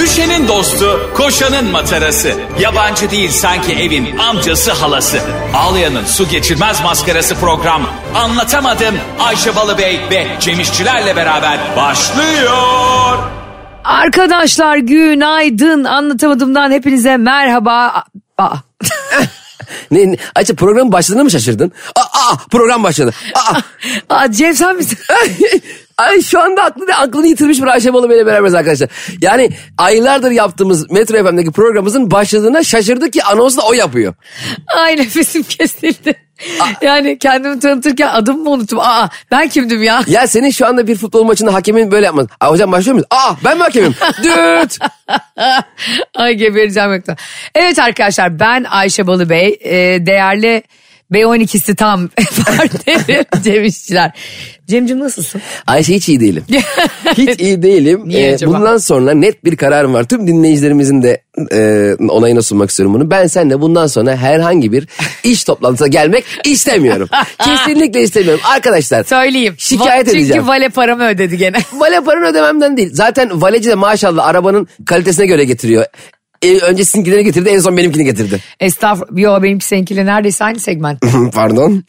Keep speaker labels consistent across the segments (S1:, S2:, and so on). S1: Ayşe'nin dostu, koşanın matarası. Yabancı değil sanki evin amcası halası. Ağlayan'ın su geçirmez maskarası program. Anlatamadım Ayşe Balıbey ve Cemişçilerle beraber başlıyor.
S2: Arkadaşlar günaydın. Anlatamadığımdan hepinize merhaba. Aa,
S3: Ne, ne- Ayça programın başladığına mı şaşırdın? Aa, aa, program başladı. Aa.
S2: aa Cem sen misin?
S3: Ay şu anda aklını, aklını yitirmiş bir Ayşe Balı ile beraberiz arkadaşlar. Yani aylardır yaptığımız Metro FM'deki programımızın başladığına şaşırdı ki anonsu da o yapıyor.
S2: Ay nefesim kesildi. Yani kendimi tanıtırken adımı mı unuttum? Aa ben kimdim ya?
S3: Ya senin şu anda bir futbol maçında hakemin böyle yapmaz. Aa, hocam başlıyor muyuz? Aa ben mi hakemim? Düt.
S2: Ay gebereceğim yoktan. Evet arkadaşlar ben Ayşe Balıbey. Ee, değerli B12'si tam partnerim Cem İşçiler. Cem'cim nasılsın?
S3: Ayşe hiç iyi değilim. Hiç iyi değilim. Ee,
S2: Niye acaba?
S3: Bundan sonra net bir kararım var. Tüm dinleyicilerimizin de e, onayına sunmak istiyorum bunu. Ben seninle bundan sonra herhangi bir iş toplantısına gelmek istemiyorum. Kesinlikle istemiyorum. Arkadaşlar
S2: Söyleyeyim.
S3: Şikayet
S2: Çünkü
S3: edeceğim.
S2: Çünkü vale paramı ödedi gene.
S3: vale paranı ödememden değil. Zaten valeci de maşallah arabanın kalitesine göre getiriyor. E, önce sizinkileri getirdi en son benimkini getirdi.
S2: Estağfurullah. Yo benimki seninkiyle neredeyse aynı segment.
S3: Pardon.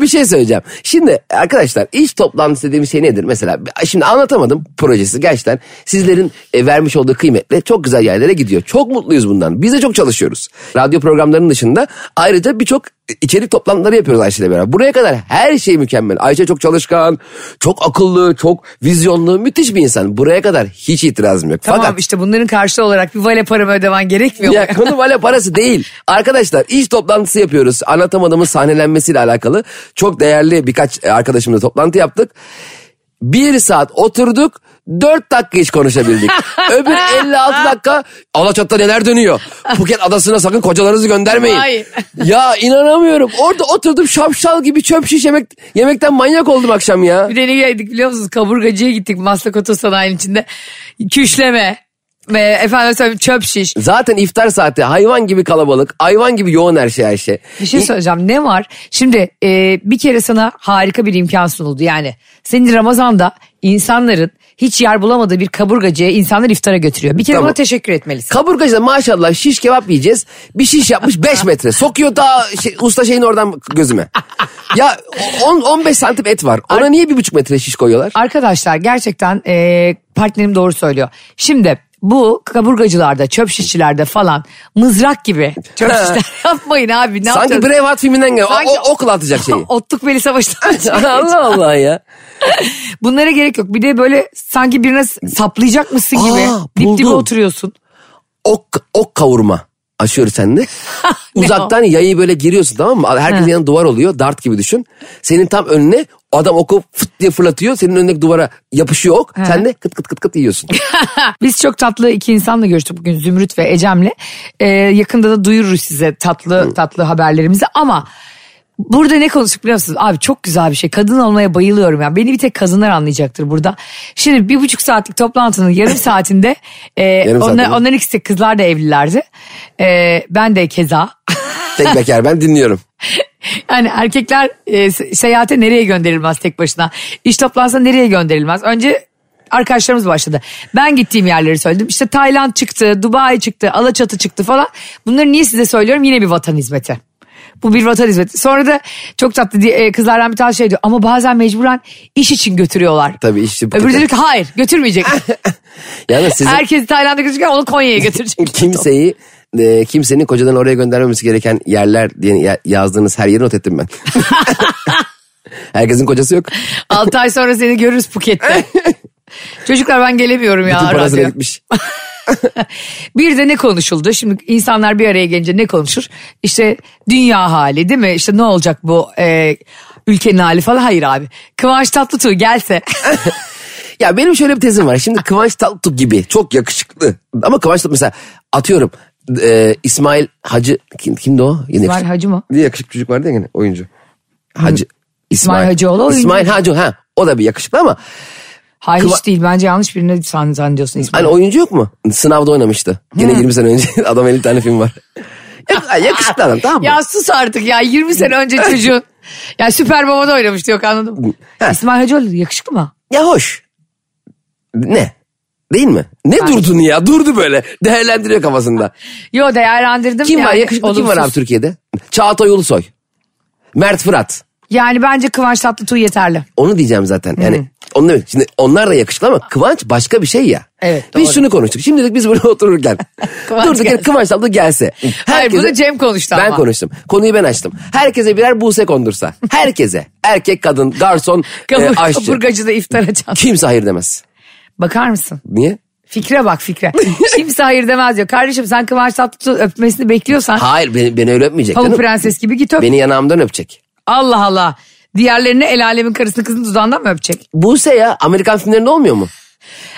S3: bir şey söyleyeceğim. Şimdi arkadaşlar iş toplantısı dediğimiz şey nedir? Mesela şimdi anlatamadım projesi gerçekten sizlerin e, vermiş olduğu kıymetle çok güzel yerlere gidiyor. Çok mutluyuz bundan. Biz de çok çalışıyoruz. Radyo programlarının dışında ayrıca birçok içerik toplantıları yapıyoruz Ayşe ile beraber. Buraya kadar her şey mükemmel. Ayşe çok çalışkan, çok akıllı, çok vizyonlu, müthiş bir insan. Buraya kadar hiç itirazım yok.
S2: Tamam
S3: Fakat
S2: işte bunların karşılığı olarak bir vale paramı ödemen gerekmiyor
S3: ya
S2: mu?
S3: konu vale parası değil. Arkadaşlar iş toplantısı yapıyoruz. Anlatamadığımız sahnelenmesiyle alakalı. Çok değerli birkaç e, arkadaşımla toplantı yaptık. Bir saat oturduk. Dört dakika hiç konuşabildik. Öbür 56 dakika Alaçat'ta neler dönüyor. Phuket adasına sakın kocalarınızı göndermeyin.
S2: Vay.
S3: Ya inanamıyorum. Orada oturdum şapşal gibi çöp şiş yemek, yemekten manyak oldum akşam ya.
S2: Bir de ne yedik biliyor musunuz? Kaburgacıya gittik Maslak Otosanayi'nin içinde. Küşleme. Ve efendim söyleyeyim çöp şiş.
S3: Zaten iftar saati hayvan gibi kalabalık. Hayvan gibi yoğun her şey her şey.
S2: Bir şey söyleyeceğim ne var? Şimdi e, bir kere sana harika bir imkan sunuldu. Yani senin Ramazan'da insanların hiç yer bulamadığı bir kaburgacıya insanlar iftara götürüyor. Bir kere
S3: Tamam.
S2: buna teşekkür etmelisin.
S3: Kaburgacıda maşallah şiş kebap yiyeceğiz. Bir şiş yapmış 5 metre. Sokuyor daha şey- usta şeyin oradan gözüme. Ya 15 santim et var. Ona niye bir buçuk metre şiş koyuyorlar?
S2: Arkadaşlar gerçekten e, partnerim doğru söylüyor. Şimdi bu kaburgacılarda, çöp şişçilerde falan mızrak gibi çöp şişler yapmayın abi. Ne
S3: Sanki şey.
S2: yapacağız?
S3: Braveheart filminden geliyor.
S2: Sanki-
S3: O, o- okul atacak şeyi.
S2: Otluk beli savaştan
S3: Allah Allah ya.
S2: Bunlara gerek yok. Bir de böyle sanki birine saplayacakmışsın gibi
S3: Aa,
S2: dip dibe
S3: buldum.
S2: oturuyorsun.
S3: Ok, ok kavurma. Aşıyoruz sende. Uzaktan yayı böyle giriyorsun tamam mı? Herkesin yanında duvar oluyor. Dart gibi düşün. Senin tam önüne adam oku fıt diye fırlatıyor. Senin önündeki duvara yapışıyor ok. Sen de kıt kıt kıt kıt yiyorsun.
S2: Biz çok tatlı iki insanla görüştük bugün Zümrüt ve Ecem'le. Ee, yakında da duyururuz size tatlı tatlı haberlerimizi ama burada ne konuştuk biliyor musunuz? Abi çok güzel bir şey. Kadın olmaya bayılıyorum ya. Beni bir tek kadınlar anlayacaktır burada. Şimdi bir buçuk saatlik toplantının yarım saatinde e,
S3: Yarım saat
S2: onlar,
S3: mi?
S2: onların ikisi de kızlar da evlilerdi. E, ben de keza.
S3: Tek bekar ben dinliyorum.
S2: Yani Hani erkekler e, se- seyahate nereye gönderilmez tek başına? İş toplansa nereye gönderilmez? Önce arkadaşlarımız başladı. Ben gittiğim yerleri söyledim. İşte Tayland çıktı, Dubai çıktı, Alaçatı çıktı falan. Bunları niye size söylüyorum? Yine bir vatan hizmeti. Bu bir vatan hizmeti. Sonra da çok tatlı diye, e, kızlardan bir tane şey diyor. Ama bazen mecburen iş için götürüyorlar.
S3: Tabii işçi bu
S2: Öbürü
S3: kadar.
S2: diyor ki hayır götürmeyecek.
S3: Yalnız sizin
S2: Herkesi Tayland'a götürecek onu Konya'ya götürecek.
S3: kimseyi e, kimsenin kocadan oraya göndermemesi gereken yerler diye ya- yazdığınız her yeri not ettim ben. Herkesin kocası yok.
S2: Altı ay sonra seni görürüz Phuket'te. Çocuklar ben gelemiyorum ya.
S3: Tüm parasına
S2: radyo.
S3: gitmiş.
S2: Bir de ne konuşuldu? Şimdi insanlar bir araya gelince ne konuşur? İşte dünya hali değil mi? İşte ne olacak bu e, ülkenin hali falan? Hayır abi. Kıvanç Tatlıtuğ gelse.
S3: Ya benim şöyle bir tezim var. Şimdi Kıvanç Tatlıtuğ gibi çok yakışıklı. Ama Kıvanç Tatlıtuğ mesela atıyorum e, İsmail Hacı kim, kimdi o? Yine
S2: İsmail Hacı mı?
S3: Bir yakışıklı çocuk vardı ya gene oyuncu. Hacı.
S2: Hacıoğlu oyuncu.
S3: İsmail Hacı ha o da bir yakışıklı ama
S2: Hayır hiç
S3: Kıva-
S2: değil. Bence yanlış birine san, zannediyorsun İsmail.
S3: Hani oyuncu yok mu? Sınavda oynamıştı. Yine 20 sene önce adam 50 tane film var. Ya- Yakışıklı adam tamam mı?
S2: Ya sus artık ya 20 sene önce çocuğun. Ya Süper Baba'da oynamıştı yok anladın mı?
S3: Ha.
S2: İsmail Hacıoğlu yakışıklı mı?
S3: Ya hoş. Ne? Değil mi? Ne durdun ya? Durdu böyle. Değerlendiriyor kafasında.
S2: Yo değerlendirdim.
S3: Kim var
S2: yani,
S3: yakışıklı kim var abi
S2: olumsuz.
S3: Türkiye'de? Çağatay Ulusoy. Mert Fırat.
S2: Yani bence Kıvanç Tatlıtuğ yeterli.
S3: Onu diyeceğim zaten. Yani onu demek- Şimdi onlar da yakışıklı ama Kıvanç başka bir şey ya.
S2: Evet,
S3: Biz
S2: doğru.
S3: şunu konuştuk. Şimdi dedik biz burada otururken.
S2: Kıvanç
S3: durduk yere
S2: gelse.
S3: Kıvanç da gelse.
S2: Hayır, bunu Cem konuştu
S3: Ben
S2: ama.
S3: konuştum. Konuyu ben açtım. Herkese birer Buse kondursa. Herkese. Erkek, kadın, garson, e,
S2: Kabur,
S3: aşçı.
S2: kaburgacı da iftar açan.
S3: Kimse hayır demez.
S2: Bakar mısın?
S3: Niye?
S2: Fikre bak fikre. Kimse hayır demez diyor. Kardeşim sen Kıvanç Tatlıtuğ öpmesini bekliyorsan
S3: Hayır beni, beni öyle öpmeyecek
S2: Pamuk
S3: canım.
S2: Prenses gibi git öp.
S3: Beni yanağımdan öpecek.
S2: Allah Allah. Diğerlerine el alemin karısını kızını dudağından mı öpecek?
S3: Buse ya Amerikan filmlerinde olmuyor mu?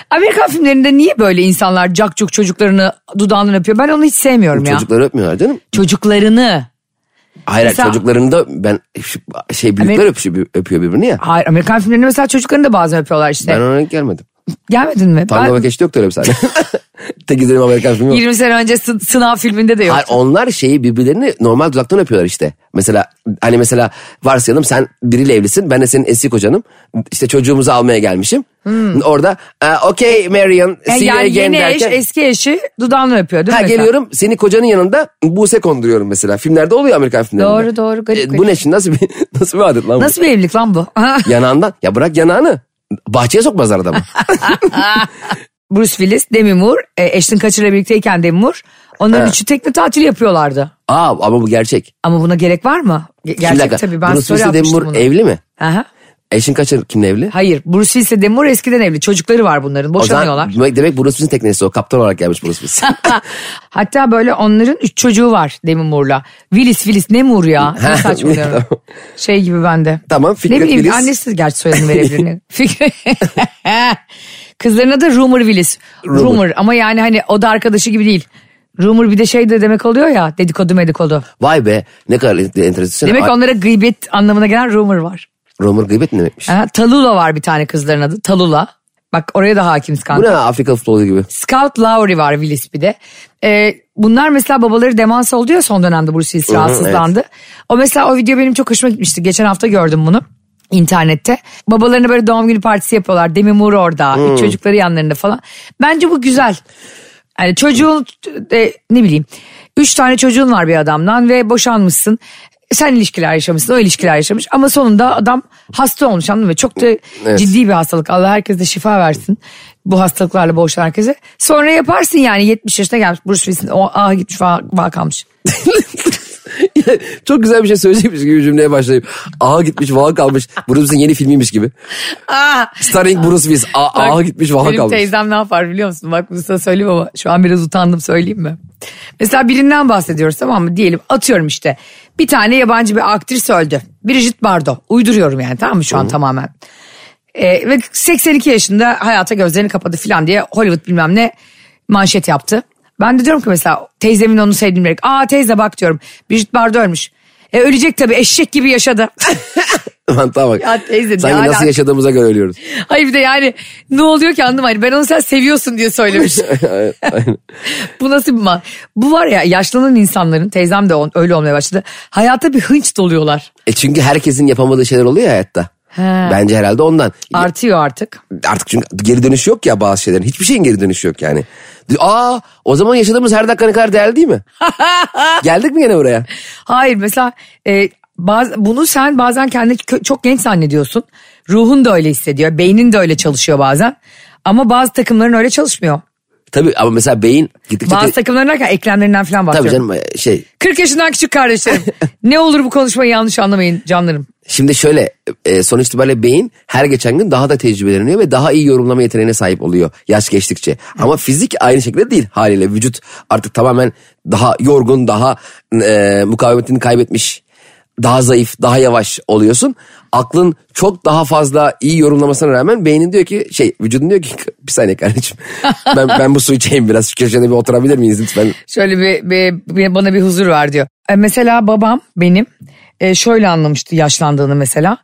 S2: Amerikan filmlerinde niye böyle insanlar cakcuk çocuklarını dudağından öpüyor? Ben onu hiç sevmiyorum ya.
S3: Çocukları öpmüyorlar canım.
S2: Çocuklarını.
S3: Hayır
S2: Mesela-
S3: hayır çocuklarını da ben şu- şey büyükler
S2: Amer-
S3: öpüşüyor, bir- öpüyor birbirini ya.
S2: Hayır Amerikan filmlerinde mesela çocuklarını da bazen öpüyorlar işte.
S3: Ben ona denk gelmedim.
S2: Gelmedin mi?
S3: Tango
S2: Ben
S3: ve Keşke yoktu öyle bir sahne. Tek izlenim Amerikan filmi yok.
S2: 20 sene önce sı- sınav filminde de yok.
S3: Hayır onlar şeyi birbirlerini normal dudaktan öpüyorlar işte. Mesela hani mesela varsayalım sen biriyle evlisin ben de senin eski kocanım. İşte çocuğumuzu almaya gelmişim. Orada e, okay Marion
S2: Hmm. Yani,
S3: see you
S2: yani
S3: again
S2: yeni eş
S3: derken.
S2: eski eşi dudağından öpüyor değil
S3: Ha
S2: mi? mesela?
S3: geliyorum seni kocanın yanında Buse konduruyorum mesela. Filmlerde oluyor Amerikan filmlerinde. E,
S2: Doğru, doğru, garip,
S3: bu
S2: garip.
S3: ne şimdi nasıl bir, nasıl bir adet lan bu?
S2: Nasıl bir evlilik lan bu?
S3: Yanağından ya bırak yanağını. Bahçeye sokmazlar adamı.
S2: Bruce Willis, Demi Moore, e, Ashton Kutcher'la birlikteyken Demi Moore. Onların üçü tekne tatil yapıyorlardı.
S3: Aa ama bu gerçek.
S2: Ama buna gerek var mı? Ge-
S3: Şimdi bir
S2: Gerçek
S3: dakika,
S2: tabii ben
S3: Bruce
S2: story
S3: Willis'le Demi
S2: atmıştım
S3: Moore
S2: bunu.
S3: evli mi?
S2: Aha.
S3: Eşin kaçır kimle evli?
S2: Hayır Bruce Willis ile Demi Moore eskiden evli. Çocukları var bunların
S3: O zaman
S2: boşanıyorlar.
S3: demek, demek Bruce Willis'in teknesi o. Kaptan olarak gelmiş Bruce Willis.
S2: Hatta böyle onların üç çocuğu var Demi Moore'la. Willis Willis ne Moore ya? Ne
S3: Ha,
S2: saçmalıyorum.
S3: tamam.
S2: şey gibi bende.
S3: Tamam, Fikret
S2: Ne bileyim
S3: Willis.
S2: annesi gerçi soyadını verebilir. Fikret. Kızların adı Rumor Willis. Rumor. ama yani hani o da arkadaşı gibi değil. Rumor bir de şey de demek oluyor ya dedikodu medikodu.
S3: Vay be ne kadar ent- enteresan.
S2: Demek
S3: Ay,
S2: onlara gıybet anlamına gelen rumor var.
S3: Romer gıybet ne demekmiş?
S2: Ha, Talula var bir tane kızların adı. Talula. Bak oraya da hakimiz
S3: Bu ne
S2: kanka.
S3: Afrika futbolu gibi.
S2: Scout Lowry var Willis bir de. Ee, bunlar mesela babaları demans oldu ya son dönemde Bruce Willis rahatsızlandı. O mesela o video benim çok hoşuma gitmişti. Geçen hafta gördüm bunu internette. Babalarına böyle doğum günü partisi yapıyorlar. Demi Moore orada. üç Çocukları yanlarında falan. Bence bu güzel. Yani çocuğun e, ne bileyim. Üç tane çocuğun var bir adamdan ve boşanmışsın. Sen ilişkiler yaşamışsın, o ilişkiler yaşamış. Ama sonunda adam hasta olmuş anladın mı? Çok da
S3: Evet.
S2: ciddi bir hastalık. Allah herkese de şifa versin. Bu hastalıklarla boğuşan herkese. Sonra yaparsın yani 70 yaşına gelmiş. Bruce Willis'in o ah gitmiş falan falan kalmış.
S3: Çok güzel bir şey söyleyecekmiş gibi cümleye başlayıp. Ağa gitmiş vah kalmış. Bruce Willis'in yeni filmiymiş gibi.
S2: Ah!
S3: Starring Bruce Willis. A-
S2: Bak,
S3: ağa gitmiş vah
S2: benim
S3: kalmış.
S2: teyzem ne yapar biliyor musun? Bak bunu sana söyleyeyim ama şu an biraz utandım söyleyeyim mi? Mesela birinden bahsediyoruz tamam mı? Diyelim atıyorum işte bir tane yabancı bir aktris öldü. Brigitte Bardot. Uyduruyorum yani tamam mı şu an tamamen. Ee, ve 82 yaşında hayata gözlerini kapadı filan diye Hollywood bilmem ne manşet yaptı. Ben de diyorum ki mesela teyzemin onu sevdiğini bilerek. Aa teyze bak diyorum Brigitte Bardot ölmüş. E ölecek tabii eşek gibi yaşadı.
S3: Mantığa bak.
S2: Ya teyze ne
S3: Sanki nasıl
S2: alaka?
S3: yaşadığımıza göre ölüyoruz.
S2: Hayır bir de yani ne oluyor ki anlamadım. Hani ben onu sen seviyorsun diye söylemiş. Bu nasıl bir ma- Bu var ya yaşlanan insanların teyzem de on, öyle olmaya başladı. Hayata bir hınç doluyorlar.
S3: E çünkü herkesin yapamadığı şeyler oluyor ya hayatta. Bence herhalde ondan.
S2: Artıyor artık.
S3: artık çünkü geri dönüşü yok ya bazı şeylerin. Hiçbir şeyin geri dönüşü yok yani. Aa o zaman yaşadığımız her dakika ne kadar değerli değil mi? Geldik mi gene buraya?
S2: Hayır mesela e, baz, bunu sen bazen kendini kö- çok genç zannediyorsun. Ruhun da öyle hissediyor. Beynin de öyle çalışıyor bazen. Ama bazı takımların öyle çalışmıyor.
S3: Tabii ama mesela beyin gittikçe...
S2: Bazı takımların derken eklemlerinden falan bahsediyorum.
S3: Tabii canım e, şey
S2: 40 yaşından küçük kardeşlerim. ne olur bu konuşmayı yanlış anlamayın canlarım.
S3: şimdi şöyle e, sonuç itibariyle beyin her geçen gün daha da tecrübeleniyor ve daha iyi yorumlama yeteneğine sahip oluyor yaş geçtikçe. Ama fizik aynı şekilde değil haliyle vücut artık tamamen daha yorgun daha e, mukavemetini kaybetmiş daha zayıf daha yavaş oluyorsun. Aklın çok daha fazla iyi yorumlamasına rağmen beynin diyor ki şey vücudun diyor ki bir saniye kardeşim ben, ben bu suyu içeyim biraz şu köşede bir oturabilir miyiz lütfen.
S2: Şöyle bir, bir- bir- bana bir huzur ver diyor. E, mesela babam benim e, şöyle anlamıştı yaşlandığını mesela.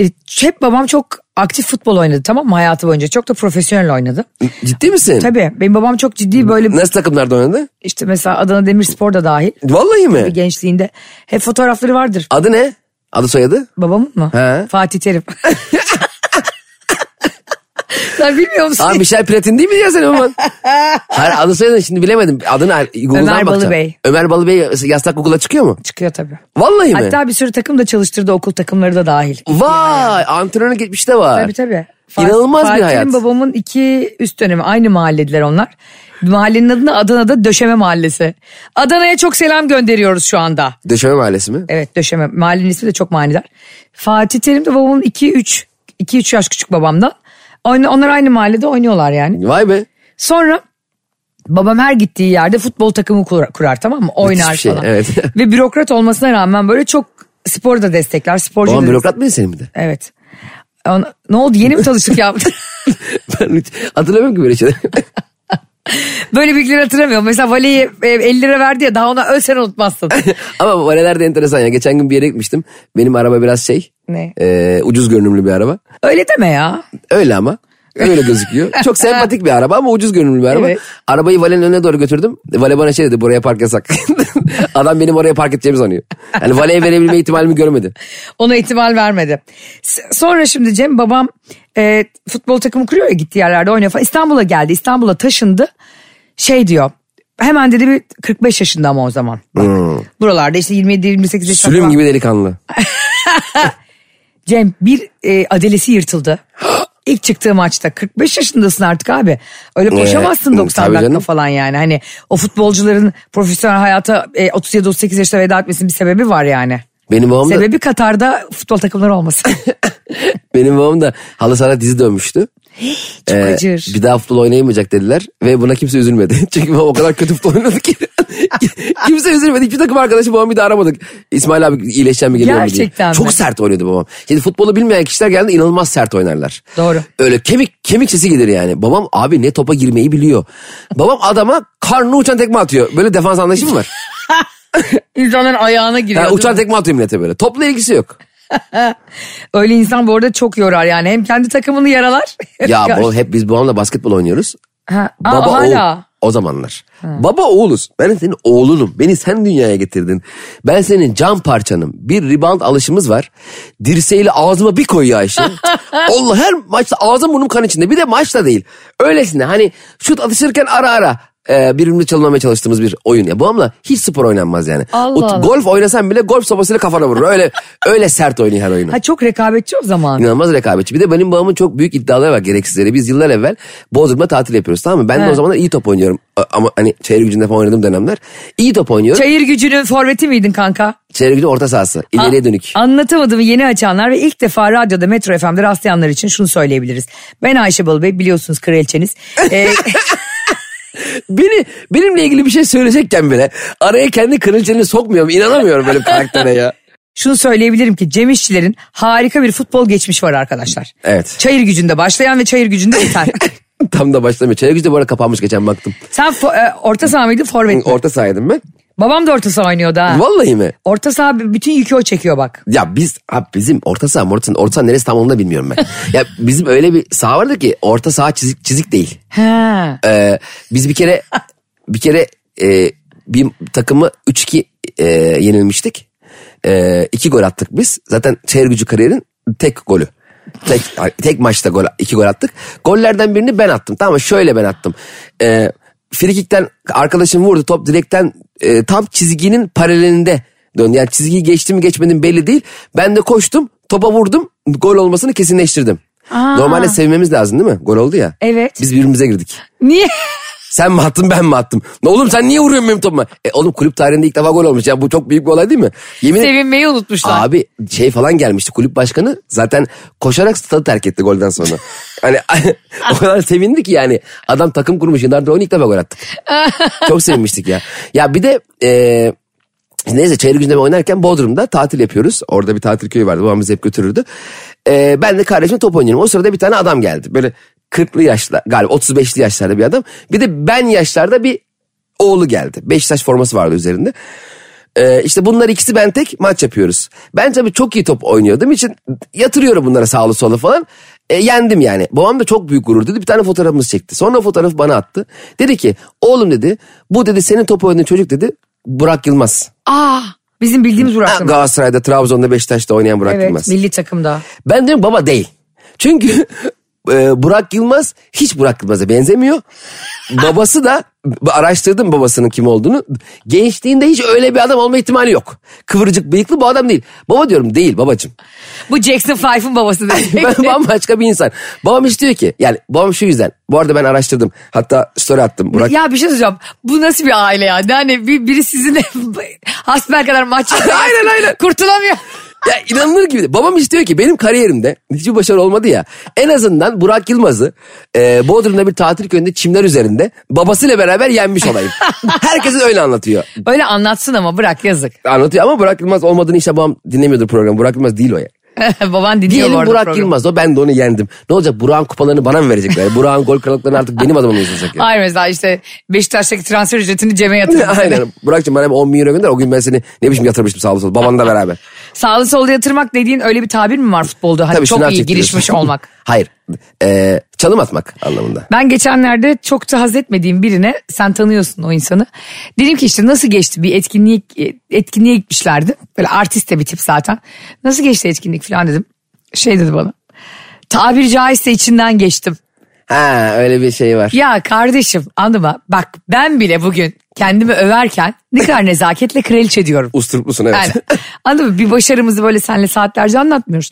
S2: E, hep babam çok aktif futbol oynadı tamam mı hayatı boyunca. Çok da profesyonel oynadı.
S3: Ciddi misin?
S2: Tabii benim babam çok ciddi böyle
S3: Nasıl takımlarda oynadı?
S2: işte mesela Adana Demirspor da dahil
S3: Vallahi mi?
S2: gençliğinde. Hep fotoğrafları vardır
S3: Adı ne? Adı soyadı?
S2: babamın mı?
S3: He.
S2: Fatih Terim. Sen bilmiyor musun?
S3: Abi Michel Platin değil mi diyor sen Ömer? Hayır adı soyadını şimdi bilemedim. Adını ar- Google'dan
S2: Ömer
S3: bakacağım.
S2: Balıbey.
S3: Ömer Balıbey yaslak Google'a çıkıyor mu?
S2: Çıkıyor tabii.
S3: Vallahi mi?
S2: Hatta bir sürü takım da çalıştırdı okul takımları da dahil.
S3: Vay antrenörlük geçmiş de var.
S2: Tabii tabii.
S3: İnanılmaz bir
S2: Fatih'in
S3: hayat.
S2: babamın iki üst dönemi aynı mahallediler onlar. Mahallenin adını Adana'da Döşeme Mahallesi. Adana'ya çok selam gönderiyoruz şu anda.
S3: Döşeme mahallesi mi?
S2: Evet Döşeme. Mahallenin ismi de çok manidar. Fatih Terim de babamın 2-3 2-3 yaş küçük babamdan. Oyna- Onlar aynı mahallede oynuyorlar yani.
S3: Vay be.
S2: Sonra babam her gittiği yerde futbol takımı kurar, kurar tamam mı? Oynar
S3: şey,
S2: falan.
S3: evet.
S2: Ve bürokrat olmasına rağmen böyle çok sporu da destekler. Sporcu
S3: Babam
S2: da
S3: bürokrat mıydı senin bir de?
S2: Evet. Ona- ne oldu yeni mi tanıştık ya?
S3: Ben hiç hatırlamıyorum ki böyle şeyler.
S2: Böyle bilgileri hatırlamıyorum. Mesela valeyi e, 50 lira verdi ya daha ona ölsen unutmazsın.
S3: Ama valeler de enteresan ya. Geçen gün bir yere gitmiştim. Benim araba biraz şey.
S2: Ne?
S3: e, ucuz görünümlü bir araba.
S2: Öyle deme ya.
S3: Öyle ama. Öyle gözüküyor. Çok sempatik bir araba ama ucuz görünümlü bir araba.
S2: Evet.
S3: Arabayı valenin önüne doğru götürdüm. Vale bana şey dedi buraya park yasak. Adam benim oraya park edeceğimi sanıyor. Yani valeye verebilme ihtimalimi görmedi.
S2: Ona ihtimal vermedi. S- Sonra şimdi Cem babam e, futbol takımı kuruyor ya gittiği yerlerde oynuyor falan. İstanbul'a geldi. İstanbul'a taşındı. Şey diyor. Hemen dedi bir 45 yaşında ama o zaman. Bak, Buralarda işte 27-28 yaşında.
S3: Hmm. Sülüm
S2: falan.
S3: gibi delikanlı.
S2: Cem bir e, adelesi yırtıldı. İlk çıktığı maçta 45 yaşındasın artık abi. Öyle koşamazsın
S3: Ee,
S2: 90
S3: tabii
S2: dakika
S3: canım.
S2: falan yani. Hani o futbolcuların profesyonel hayata e, 37-38 yaşta veda etmesinin bir sebebi var yani.
S3: Benim babam da,
S2: Sebebi Katar'da futbol takımları olması.
S3: benim babam da halı sana dizi dönmüştü.
S2: Çok
S3: Ee,
S2: acır.
S3: bir daha futbol oynayamayacak dediler ve buna kimse üzülmedi. Çünkü babam o kadar kötü futbol oynadı ki. kimse üzülmedi. Hiçbir takım arkadaşı babamı bir de aramadık. İsmail abi iyileşeceğim mi geliyor mu diye.
S2: Gerçekten mi?
S3: Çok sert oynuyordu babam. Şimdi futbolu bilmeyen kişiler geldi inanılmaz sert oynarlar.
S2: Doğru.
S3: Öyle kemik kemik sesi gelir yani. Babam abi ne topa girmeyi biliyor. babam adama karnına uçan tekme atıyor. Böyle defans anlayışı mı var?
S2: İnsanların ayağına giriyor.
S3: Yani
S2: değil
S3: uçan
S2: mi?
S3: tekme atıyor millete böyle. Topla ilgisi yok.
S2: Öyle insan bu arada çok yorar yani. Hem kendi takımını yaralar. hem
S3: Ya
S2: karşı-
S3: bu hep biz babamla basketbol oynuyoruz.
S2: Ha, aa,
S3: Baba
S2: hala.
S3: oğul. O zamanlar. Baba oğuluz. Ben senin oğlunum. Beni sen dünyaya getirdin. Ben senin can parçanım. Bir rebound alışımız var. Dirseğiyle ağzıma bir koyuyor Ayşe. Allah her maçta ağzım burnum kan içinde. Bir de maçta değil. Öylesine hani şut atışırken ara ara e, birbirini çalmamaya çalıştığımız bir oyun. Ya babamla hiç spor oynanmaz yani.
S2: Allah Allah.
S3: Golf oynasan bile golf sopasıyla kafana vurur. Öyle öyle sert oynuyor her oyunu.
S2: Ha, çok rekabetçi o zaman.
S3: İnanılmaz rekabetçi. Bir de benim babamın çok büyük iddiaları var gereksizleri. Biz yıllar evvel Bodrum'da tatil yapıyoruz tamam mı? Ben de
S2: He.
S3: o zamanlar iyi top oynuyorum. A- Ama hani çayır gücünde falan oynadığım dönemler. İyi top oynuyorum.
S2: Çayır gücünün forveti miydin kanka?
S3: çayır gücü orta sahası. ileriye dönük.
S2: Anlatamadığımı yeni açanlar ve ilk defa radyoda Metro FM'de rastlayanlar için şunu söyleyebiliriz. Ben Ayşe Balıbey biliyorsunuz kraliçeniz. Ee,
S3: Beni benimle ilgili bir şey söyleyecekken bile araya kendi kraliçeliğini sokmuyorum. İnanamıyorum böyle bir karaktere ya.
S2: şunu söyleyebilirim ki Cem İşçilerin harika bir futbol geçmişi var arkadaşlar.
S3: Evet.
S2: Çayır gücünde başlayan ve çayır gücünde biten.
S3: Tam da başlamıyor. Çayır gücü de bu arada kapanmış geçen baktım.
S2: Sen fo- e, orta saha mıydın forvet mi?
S3: Orta sahaydım ben.
S2: Babam da orta saha oynuyordu ha.
S3: Vallahi mi?
S2: Orta saha bütün yükü o çekiyor bak.
S3: Ya biz abi bizim orta saha orta, saha- orta saha neresi tam onu da bilmiyorum ben. ya bizim öyle bir saha vardı ki orta saha çizik, çizik değil.
S2: He.
S3: Ee, biz bir kere bir kere e, bir takımı 3-2 e, yenilmiştik. E, iki gol attık biz. Zaten çevir gücü kariyerin tek golü. Tek, tek maçta gol, iki gol attık. Gollerden birini ben attım. Tamam mı? Şöyle ben attım. E, frikikten arkadaşım vurdu. Top direkten e, tam çizginin paralelinde döndü. Yani çizgiyi geçti mi geçmedi mi belli değil. Ben de koştum. Topa vurdum. Gol olmasını kesinleştirdim.
S2: Aa.
S3: Normalde sevmemiz lazım değil mi? Gol oldu ya.
S2: Evet.
S3: Biz birbirimize girdik.
S2: Niye?
S3: Sen mi attın ben mi attım? Ne oğlum sen niye vuruyorsun benim topuma? E oğlum kulüp tarihinde ilk defa gol olmuş. Ya bu çok büyük bir olay değil mi? Yemin
S2: Sevinmeyi unutmuşlar.
S3: Abi şey falan gelmişti kulüp başkanı zaten koşarak stadı terk etti golden sonra. hani o kadar sevindi ki yani adam takım kurmuş yıllardır onu ilk defa gol attık. Çok sevinmiştik ya. Ya bir de e, neyse çayır gündeme oynarken Bodrum'da tatil yapıyoruz. Orada bir tatil köyü vardı babamız hep götürürdü. E, ben de kardeşim top oynuyorum. O sırada bir tane adam geldi. Böyle 40'lı yaşlar galiba 35'li yaşlarda bir adam. Bir de ben yaşlarda bir oğlu geldi. Beşiktaş forması vardı üzerinde. Ee, işte bunlar ikisi ben tek maç yapıyoruz. Ben tabii çok iyi top oynuyordum için yatırıyorum bunlara sağlı sola falan. E, yendim yani. Babam da çok büyük gurur dedi. Bir tane fotoğrafımız çekti. Sonra o fotoğrafı bana attı. Dedi ki oğlum dedi bu dedi senin top oynadığın çocuk dedi Burak Yılmaz.
S2: Aa, bizim bildiğimiz
S3: Ha,
S2: Burak Yılmaz.
S3: Galatasaray'da Trabzon'da Beşiktaş'ta oynayan Burak
S2: Evet
S3: Yılmaz.
S2: milli takımda.
S3: Ben diyorum baba değil. Çünkü e, Burak Yılmaz hiç Burak Yılmaz'a benzemiyor. Babası da araştırdım babasının kim olduğunu. Gençliğinde hiç öyle bir adam olma ihtimali yok. Kıvırcık bıyıklı bu adam değil. Baba diyorum değil babacım.
S2: Bu Jackson Five'ın babası dedi.
S3: ben bambaşka bir insan. Babam hiç diyor ki yani babam şu yüzden. Bu arada ben araştırdım. Hatta story attım. Burak
S2: Ya bir şey söyleyeceğim. Bu nasıl bir aile ya? Yani bir, biri sizinle hasbel kadar maç
S3: Aynen, aynen.
S2: Kurtulamıyor.
S3: Ya inanılır gibi. değil. Babam istiyor ki benim kariyerimde hiçbir başarı olmadı ya. En azından Burak Yılmaz'ı e, Bodrum'da bir tatil köyünde çimler üzerinde babasıyla beraber yenmiş olayım. Herkesin öyle anlatıyor.
S2: Öyle anlatsın ama bırak yazık.
S3: Anlatıyor ama Burak Yılmaz olmadığını işte babam dinlemiyordur programı. Burak Yılmaz değil o ya.
S2: Baban dinliyor
S3: Diyelim
S2: bu arada
S3: Burak
S2: programı.
S3: Yılmaz o ben de onu yendim. Ne olacak Burak'ın kupalarını bana mı verecekler? Burak'ın gol kralıklarını artık benim adıma mı yazılacak? ya?
S2: Hayır mesela işte Beşiktaş'taki transfer ücretini Cem'e yatırdı.
S3: Aynen. Burak'cığım bana bir 10 bin euro gönder. O gün ben seni ne biçim yatırmıştım sağ olasın. Babanla beraber.
S2: Sağlı solda yatırmak dediğin öyle bir tabir mi var futbolda? Hani
S3: Tabii
S2: çok
S3: şınav
S2: iyi
S3: çektiriyorsun.
S2: girişmiş olmak.
S3: Hayır. E, çalım atmak anlamında.
S2: Ben geçenlerde çok da haz etmediğim birine sen tanıyorsun o insanı. Dedim ki işte nasıl geçti bir etkinlik etkinliğe gitmişlerdi. Böyle artist de bir tip zaten. Nasıl geçti etkinlik falan dedim. Şey dedi bana. Tabiri caizse içinden geçtim.
S3: Ha öyle bir şey var.
S2: Ya kardeşim anladın mı? Bak ben bile bugün kendimi överken ne kadar nezaketle kraliçe diyorum.
S3: Usturuplusun evet.
S2: Yani, anladın mı? Bir başarımızı böyle seninle saatlerce anlatmıyoruz.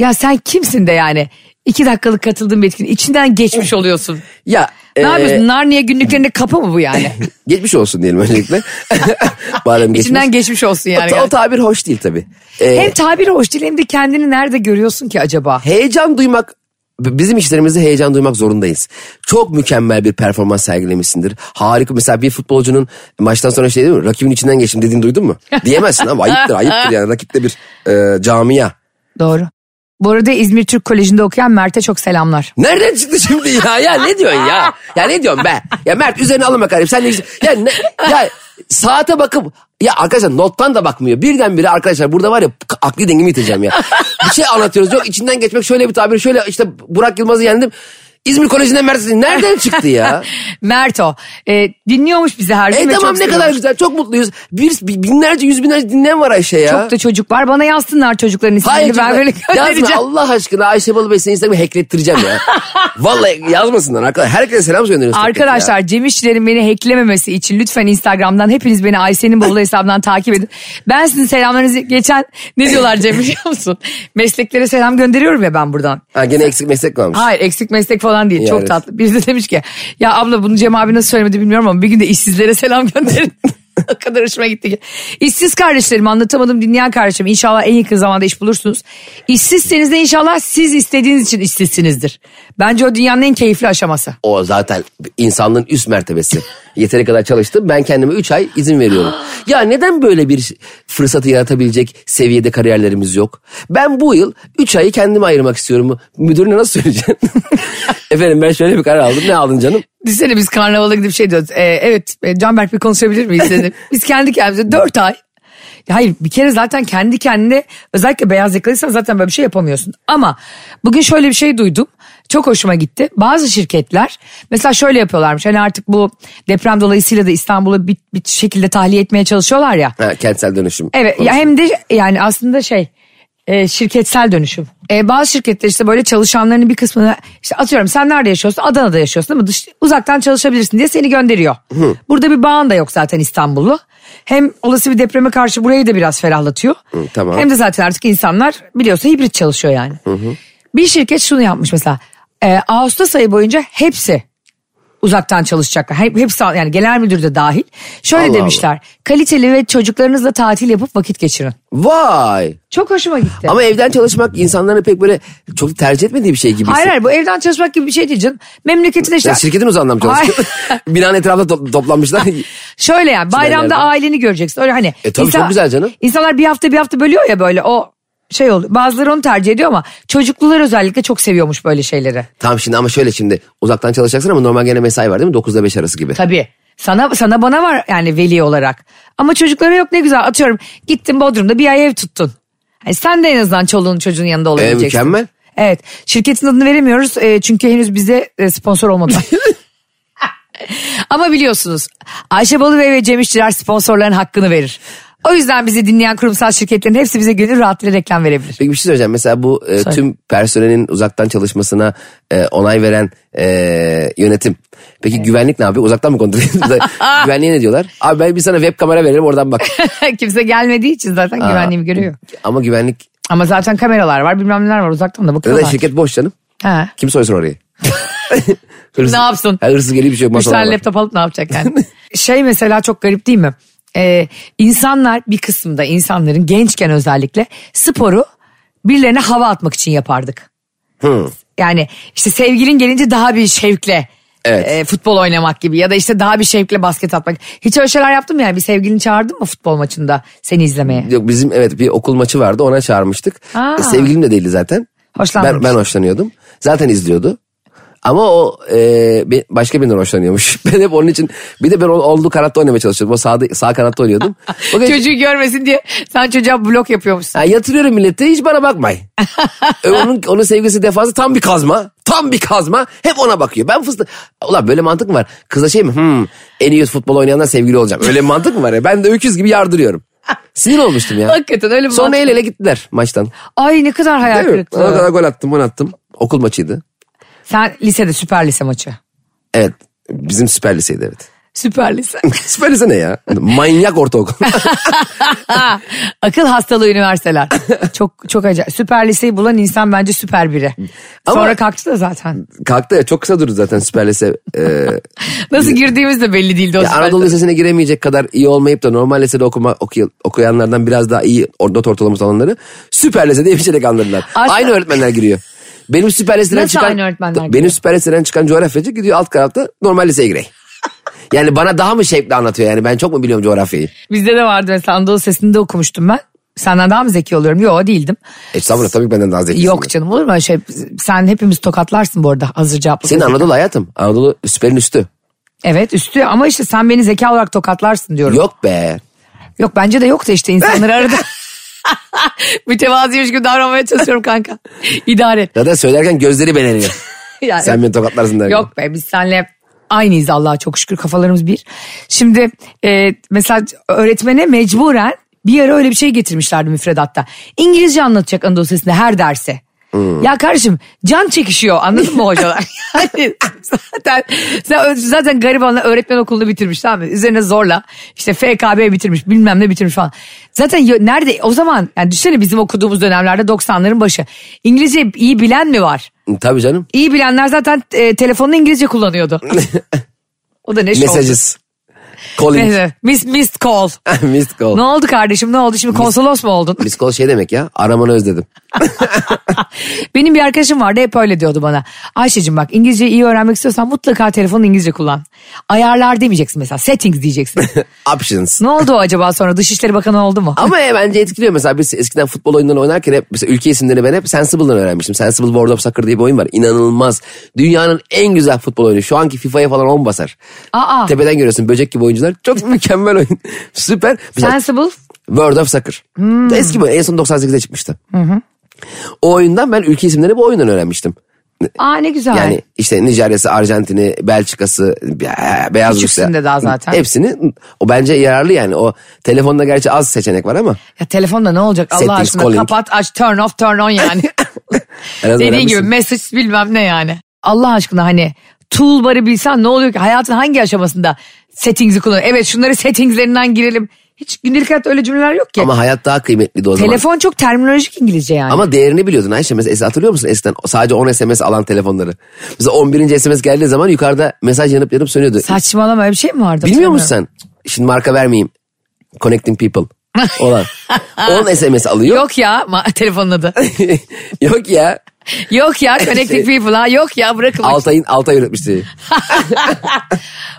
S2: Ya sen kimsin de yani? iki dakikalık katıldığın bir etkinlik içinden geçmiş oluyorsun.
S3: Ya
S2: Ne
S3: e,
S2: yapıyorsun? Narnia günlüklerinde kapı mı bu yani?
S3: Geçmiş olsun diyelim öncelikle. Madem geçmiş.
S2: İçinden geçmiş olsun
S3: O
S2: yani.
S3: ta- o, tabir hoş değil tabii. E,
S2: hem tabiri hoş değil hem de kendini nerede görüyorsun ki acaba?
S3: heyecan duymak b- bizim işlerimizde heyecan duymak zorundayız. Çok mükemmel bir performans sergilemişsindir. Harika mesela bir futbolcunun maçtan sonra şey değil mi? Rakibin içinden geçtim dediğini duydun mu? Diyemezsin ama ayıptır ayıptır yani rakipte bir e, camia.
S2: Doğru. Bu arada İzmir Türk Koleji'nde okuyan Mert'e çok selamlar.
S3: Nereden çıktı şimdi ya? Ya ne diyorsun ya? Ya ne diyorsun be? Ya Mert üzerine alınma kardeşim. Sen ne Ya, ne, ya saate bakıp ya arkadaşlar nottan da bakmıyor. Birdenbire arkadaşlar burada var ya akli dengemi yiteceğim ya. Bir şey anlatıyoruz. Yok içinden geçmek şöyle bir tabir. Şöyle işte Burak Yılmaz'ı yendim. İzmir Koleji'nde Mert'in nereden çıktı ya?
S2: Mert o. Ee, dinliyormuş bizi her gün.
S3: e
S2: ve
S3: tamam
S2: çok
S3: ne kadar
S2: seviyormuş.
S3: güzel. Çok mutluyuz. Bir, binlerce yüz binlerce dinleyen var Ayşe ya.
S2: Çok da çocuk var. Bana yazsınlar çocukların isimlerini.
S3: Hayır
S2: ben böyle
S3: çocuklar, yazma
S2: göndereceğim.
S3: Allah aşkına Ayşe Balı Bey seni Instagram'ı hacklettireceğim ya. Vallahi yazmasınlar arkadaşlar. Herkese selam söylüyoruz.
S2: Arkadaşlar Cem İşçilerin beni hacklememesi için lütfen Instagram'dan hepiniz beni Ayşe'nin bavulu hesabından takip edin. Ben sizin selamlarınızı geçen ne diyorlar Cem biliyor musun? Mesleklere selam gönderiyorum ya ben buradan.
S3: Ha gene eksik meslek kalmış.
S2: Hayır eksik meslek falan değil.
S3: Yani.
S2: Çok tatlı. Birisi de demiş ki ya abla bunu Cem abi nasıl söylemedi bilmiyorum ama bir gün de işsizlere selam gönderin. o kadar hoşuma gitti ki. İşsiz kardeşlerim anlatamadım dinleyen kardeşlerim inşallah en yakın zamanda iş bulursunuz. İşsizseniz de inşallah siz istediğiniz için işsizsinizdir. Bence o dünyanın en keyifli aşaması.
S3: O zaten insanlığın üst mertebesi. Yeteri kadar çalıştım. Ben kendime 3 ay izin veriyorum. ya neden böyle bir fırsatı yaratabilecek seviyede kariyerlerimiz yok? Ben bu yıl 3 ayı kendime ayırmak istiyorum. Müdürüne nasıl söyleyeceğim? Efendim ben şöyle bir karar aldım. Ne aldın canım?
S2: Düşünsene biz karnavala gidip şey diyoruz. e, evet e, Canberk bir konuşabilir miyiz dedim. biz kendi kendimize dört ay. Ya Hayır bir kere zaten kendi kendine özellikle beyaz yakalıysan zaten böyle bir şey yapamıyorsun. Ama bugün şöyle bir şey duydum. Çok hoşuma gitti. Bazı şirketler mesela şöyle yapıyorlarmış. Hani artık bu deprem dolayısıyla da İstanbul'u bir, bir şekilde tahliye etmeye çalışıyorlar ya.
S3: Ha, kentsel dönüşüm.
S2: Evet ya hem de yani aslında şey e, şirketsel dönüşüm. E, bazı şirketler işte böyle çalışanlarının bir kısmını işte atıyorum sen nerede yaşıyorsun? Adana'da yaşıyorsun ama dış, uzaktan çalışabilirsin diye seni gönderiyor. Burada bir bağın da yok zaten İstanbullu. Hem olası bir depreme karşı burayı da biraz ferahlatıyor.
S3: tamam.
S2: Hem de zaten artık insanlar biliyorsun hibrit çalışıyor yani. Bir şirket şunu yapmış mesela. E, Ağustos ayı boyunca hepsi uzaktan çalışacaklar. Hep, hepsi yani genel müdür de dahil. Şöyle
S3: Allah Allah.
S2: demişler. Kaliteli ve çocuklarınızla tatil yapıp vakit geçirin.
S3: Vay.
S2: Çok hoşuma gitti.
S3: Ama evden çalışmak insanların pek böyle çok tercih etmediği bir şey gibi.
S2: hayır hayır bu evden çalışmak gibi bir şey değil canım. Memleketine işte
S3: Ya şirketin uzağından mı çalışıyor? Binanın etrafında to- toplanmışlar.
S2: şöyle yani bayramda
S3: Çimenlerde.
S2: aileni göreceksin. Öyle hani.
S3: E tabii çok güzel canım.
S2: İnsanlar bir hafta bir hafta bölüyor ya böyle o şey oluyor. Bazıları onu tercih ediyor ama çocuklular özellikle çok seviyormuş böyle şeyleri.
S3: Tamam şimdi ama şöyle şimdi uzaktan çalışacaksın ama normal gene mesai var değil mi? 9 ile 5 arası gibi.
S2: Tabii. Sana sana bana var yani veli olarak. Ama çocuklara yok ne güzel. Atıyorum gittin Bodrum'da bir ay ev tuttun. Hani sen de en azından çoluğun çocuğun yanında olabileceksin.
S3: Ee, mükemmel.
S2: Evet. Şirketin adını veremiyoruz e, çünkü henüz bize e, sponsor olmadı. Ama biliyorsunuz Ayşe Balıbey ve Cem İşçiler sponsorların hakkını verir. O yüzden bizi dinleyen kurumsal şirketlerin hepsi bize gönül rahatlığıyla reklam verebilir.
S3: Peki bir şey söyleyeceğim. Mesela bu e,
S2: Söyle.
S3: tüm personelin uzaktan çalışmasına e, onay veren e, yönetim. Peki güvenlik ne yapıyor? Uzaktan mı kontrol ediyor? Güvenliğe ne diyorlar? Abi ben bir sana web kamera veririm oradan bak.
S2: Kimse gelmediği için zaten güvenliğimi görüyor.
S3: Ama güvenlik...
S2: Ama zaten kameralar var bilmem neler var uzaktan da
S3: Ya
S2: bakıyorlar.
S3: da şirket boş canım.
S2: He.
S3: Kim soysun orayı? Hırsız-
S2: Ne yapsın?
S3: Ha, hırsız gelip bir şey yok.
S2: Üç
S3: masalar
S2: tane
S3: var.
S2: laptop alıp ne yapacak yani? şey mesela çok garip değil mi? Ee, insanlar bir kısımda insanların gençken özellikle sporu birilerine hava atmak için yapardık. Yani işte sevgilin gelince daha bir şevkle
S3: Evet.
S2: e, futbol oynamak gibi ya da işte daha bir şevkle basket atmak. Hiç öyle şeyler yaptın mı yani bir sevgilini çağırdın mı futbol maçında seni izlemeye?
S3: Yok bizim evet bir okul maçı vardı ona çağırmıştık.
S2: Aa.
S3: E, Sevgilim de değildi zaten.
S2: Hoşlanmamış.
S3: Ben, ben hoşlanıyordum. Zaten izliyordu. Ama o e, bir- başka birinden hoşlanıyormuş. Ben hep onun için bir de ben o- olduğu kanatta oynamaya çalışıyordum. O sağda, sağ kanatta oynuyordum. O genç-
S2: Çocuğu görmesin diye sen çocuğa blok yapıyormuşsun.
S3: Ha, yatırıyorum millete hiç bana bakmay. E, onun, onun sevgisi defası tam bir kazma. Tam bir kazma. Hep ona bakıyor. Ben fıstık. Ulan böyle mantık mı var? Kıza şey mi? Hmm, en iyi futbol oynayandan sevgili olacağım. Öyle bir mantık mı var ya? Ben de öküz gibi yardırıyorum. Sinir olmuştum ya.
S2: Hakikaten öyle bir
S3: Sonra
S2: mantık-
S3: el ele gittiler maçtan.
S2: Ay ne kadar hayal
S3: Değil mi? Ona kadar
S2: kırıklığı.
S3: gol attım, gol attım. Okul maçıydı.
S2: Sen lisede süper lise maçı.
S3: Evet. Bizim süper liseydi evet.
S2: Süper lise.
S3: süper lise ne ya? Manyak ortaokul.
S2: Ha, akıl hastalığı üniversiteler. çok çok acayip. Süper liseyi bulan insan bence süper biri.
S3: Ama-
S2: Sonra kalktı da zaten.
S3: Kalktı ya çok kısa durdu zaten süper lise. Ee,
S2: Nasıl girdiğimiz de belli değildi o
S3: ya
S2: süper
S3: Anadolu
S2: lise.
S3: Lisesi'ne giremeyecek kadar iyi olmayıp da normal lisede okuma, okuy- okuyanlardan biraz daha iyi or- not ortalaması alanları süper lise diye bir şeyle kandırdılar.
S2: Aslında-
S3: Aynı öğretmenler giriyor. Benim süper liseden
S2: Nasıl
S3: çıkan,
S2: aynı öğretmenler
S3: Benim
S2: giriyor?
S3: süper liseden çıkan coğrafyacı gidiyor alt kanatta normal liseye girey. Yani bana daha mı şevkli anlatıyor yani ben çok mu biliyorum coğrafyayı?
S2: Bizde de vardı mesela Anadolu Lisesi'nde okumuştum ben. Senden daha mı zeki oluyorum? Yok değildim.
S3: Estağfurullah tabii ki benden daha zekisin.
S2: Yok canım olur mu öyle şey? Sen hepimiz tokatlarsın bu arada hazır cevaplı.
S3: Senin Anadolu hayatım. Anadolu süperin üstü.
S2: Evet üstü ama işte sen beni zeka olarak tokatlarsın diyorum.
S3: Yok be.
S2: Yok bence de yok da işte insanları arada. Mütevazıymış gibi davranmaya çalışıyorum kanka. İdare et.
S3: Zaten söylerken gözleri beleniyor.
S2: Yani-
S3: Sen beni tokatlarsın derken.
S2: Yok be biz seninle hep aynıyız Allah'a çok şükür kafalarımız bir. Şimdi e, mesela öğretmene mecburen bir ara öyle bir şey getirmişlerdi müfredatta. İngilizce anlatacak Anadolu Lisesi'nde her derse. Ya kardeşim can çekişiyor anladın mı hocalar? Yani zaten sen- zaten garibanlar öğretmen okulunu bitirmiş tamam mı? Üzerine zorla işte FKB bitirmiş bilmem ne bitirmiş falan. Zaten yo- nerede o zaman yani düşünsene bizim okuduğumuz dönemlerde 90'ların başı. İngilizce iyi bilen mi var?
S3: Tabii canım.
S2: İyi bilenler zaten e, telefonunu İngilizce kullanıyordu. o da ne şey oldu.
S3: Messages. Calling.
S2: Neyse, Miss, missed call.
S3: Missed call.
S2: ne oldu kardeşim ne oldu şimdi konsolos mu oldun?
S3: Missed call şey demek ya. Aramanı özledim.
S2: Benim bir arkadaşım vardı hep öyle diyordu bana. Ayşe'cim bak İngilizceyi iyi öğrenmek istiyorsan mutlaka telefonu İngilizce kullan. Ayarlar demeyeceksin mesela settings diyeceksin.
S3: Options.
S2: ne oldu o acaba sonra Dışişleri Bakanı oldu mu?
S3: Ama e, bence etkiliyor mesela biz eskiden futbol oyunları oynarken hep mesela ülke isimlerini ben hep Sensible'dan öğrenmiştim. Sensible World of Soccer diye bir oyun var. İnanılmaz. Dünyanın en güzel futbol oyunu. Şu anki FIFA'ya falan on basar.
S2: Aa.
S3: Tepeden görüyorsun böcek gibi oyuncular. Çok mükemmel oyun. Süper. Mesela
S2: Sensible
S3: World of Soccer. Eski bu en son 98'de çıkmıştı. O oyundan ben ülke isimlerini bu oyundan öğrenmiştim.
S2: aa ne güzel.
S3: Yani işte Nijerya'sı, Arjantin'i, Belçika'sı, be- Beyaz
S2: Küçüksün
S3: Rusya.
S2: de daha zaten.
S3: Hepsini o bence yararlı yani. O telefonda gerçi az seçenek var ama
S2: Ya telefonda ne olacak Allah
S3: Settings,
S2: aşkına
S3: calling.
S2: kapat aç turn off turn on yani.
S3: en az
S2: Dediğin
S3: öğrenmişsin.
S2: gibi mesaj bilmem ne yani. Allah aşkına hani toolbar'ı bilsen ne oluyor ki hayatın hangi aşamasında settings'i kullan. Evet şunları settingslerinden girelim. Hiç gündelik hayatta öyle cümleler yok ki.
S3: Ama hayat daha kıymetliydi o zaman.
S2: Telefon çok terminolojik İngilizce yani.
S3: Ama değerini biliyordun Ayşe. Mesela es- hatırlıyor musun eskiden sadece 10 SMS alan telefonları? Mesela 11. SMS geldiği zaman yukarıda mesaj yanıp yanıp sönüyordu.
S2: Saçmalama öyle bir şey mi vardı?
S3: Bilmiyor musun
S2: Hatırlamıyorum.
S3: sen? Şimdi marka vermeyeyim. Connecting people olan. 10 SMS alıyor.
S2: Yok ya ma- telefonun adı.
S3: Yok ya.
S2: yok ya connected
S3: Şey-
S2: people ha yok ya bırakın. bak.
S3: Altay'ın Altay üretmişti.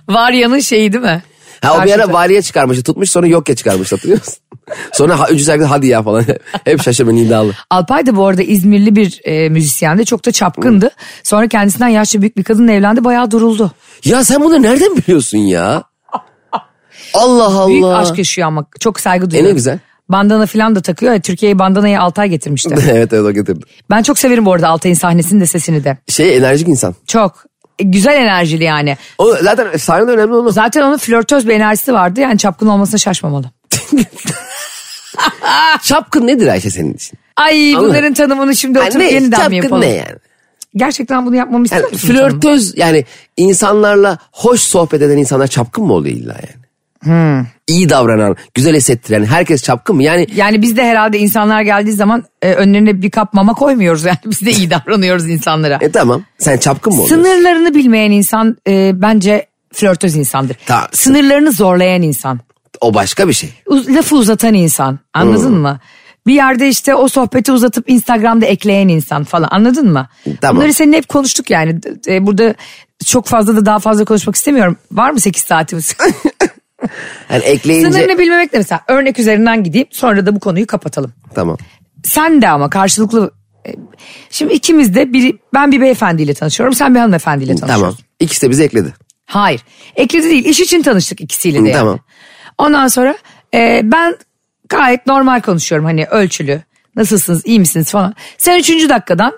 S2: Varya'nın şeyi değil mi?
S3: Ha o bir
S2: Karşıtı.
S3: ara variye çıkarmıştı. Tutmuş sonra yok ya çıkarmış hatırlıyor musun? sonra ha, üçüncü şarkıda hadi ya falan. Hep şaşırma nidalı.
S2: Alpay da bu arada İzmirli bir e, müzisyendi. Çok da çapkındı. Sonra kendisinden yaşlı büyük bir kadınla evlendi. Bayağı duruldu.
S3: Ya sen bunu nereden biliyorsun ya? Allah Allah.
S2: Büyük aşk yaşıyor ama çok saygı duyuyorum.
S3: E ne güzel.
S2: Bandana falan da takıyor. ya, Türkiye'ye bandanayı Altay getirmişti.
S3: evet evet o getirdi.
S2: ben çok severim bu arada Altay'ın sahnesini de sesini de.
S3: Şey enerjik insan.
S2: Çok. E, Güzel enerjili yani.
S3: O zaten sahnede önemli olmaz.
S2: Zaten onun flörtöz bir enerjisi vardı. Yani çapkın olmasına şaşmamalı.
S3: Çapkın nedir Ayşe senin için?
S2: Ay
S3: Anladın?
S2: bunların tanımını şimdi
S3: Yani
S2: oturup
S3: ne?
S2: yeniden mi
S3: Çapkın
S2: yapalım?
S3: ne yani?
S2: Gerçekten bunu yapmamı istiyor
S3: Yani
S2: musun? canım?
S3: flörtöz yani insanlarla hoş sohbet eden insanlar çapkın mı oluyor illa yani?
S2: Hmm.
S3: İyi davranan, güzel hissettiren herkes çapkın mı? Yani
S2: Yani biz de herhalde insanlar geldiği zaman e, önlerine bir kap mama koymuyoruz. Yani biz de iyi davranıyoruz insanlara.
S3: e tamam sen çapkın mı oluyorsun?
S2: Sınırlarını bilmeyen insan e, bence flörtöz insandır.
S3: Tamam.
S2: Sınırlarını zorlayan insan.
S3: O başka bir şey.
S2: Uz- lafı uzatan insan. Anladın mı? Bir yerde işte o sohbeti uzatıp Instagram'da ekleyen insan falan anladın mı?
S3: Tamam.
S2: Bunları seninle hep konuştuk yani. D- e, burada çok fazla da daha fazla konuşmak istemiyorum. Var mı 8 saatimiz?
S3: Yani ekleyince
S2: Sınırını bilmemek de mesela örnek üzerinden gideyim sonra da bu konuyu kapatalım.
S3: tamam.
S2: Sen de ama karşılıklı e, Şimdi ikimiz de biri ben bir beyefendiyle tanışıyorum sen bir hanımefendiyle tanışıyorsun.
S3: Tamam. İkisi de bizi ekledi.
S2: Hayır. Ekledi değil. İş için tanıştık ikisiyle de.
S3: Hı,
S2: yani.
S3: tamam.
S2: Ondan sonra e, ben gayet normal konuşuyorum. Hani ölçülü. Nasılsınız? iyi misiniz falan. Sen üçüncü dakikadan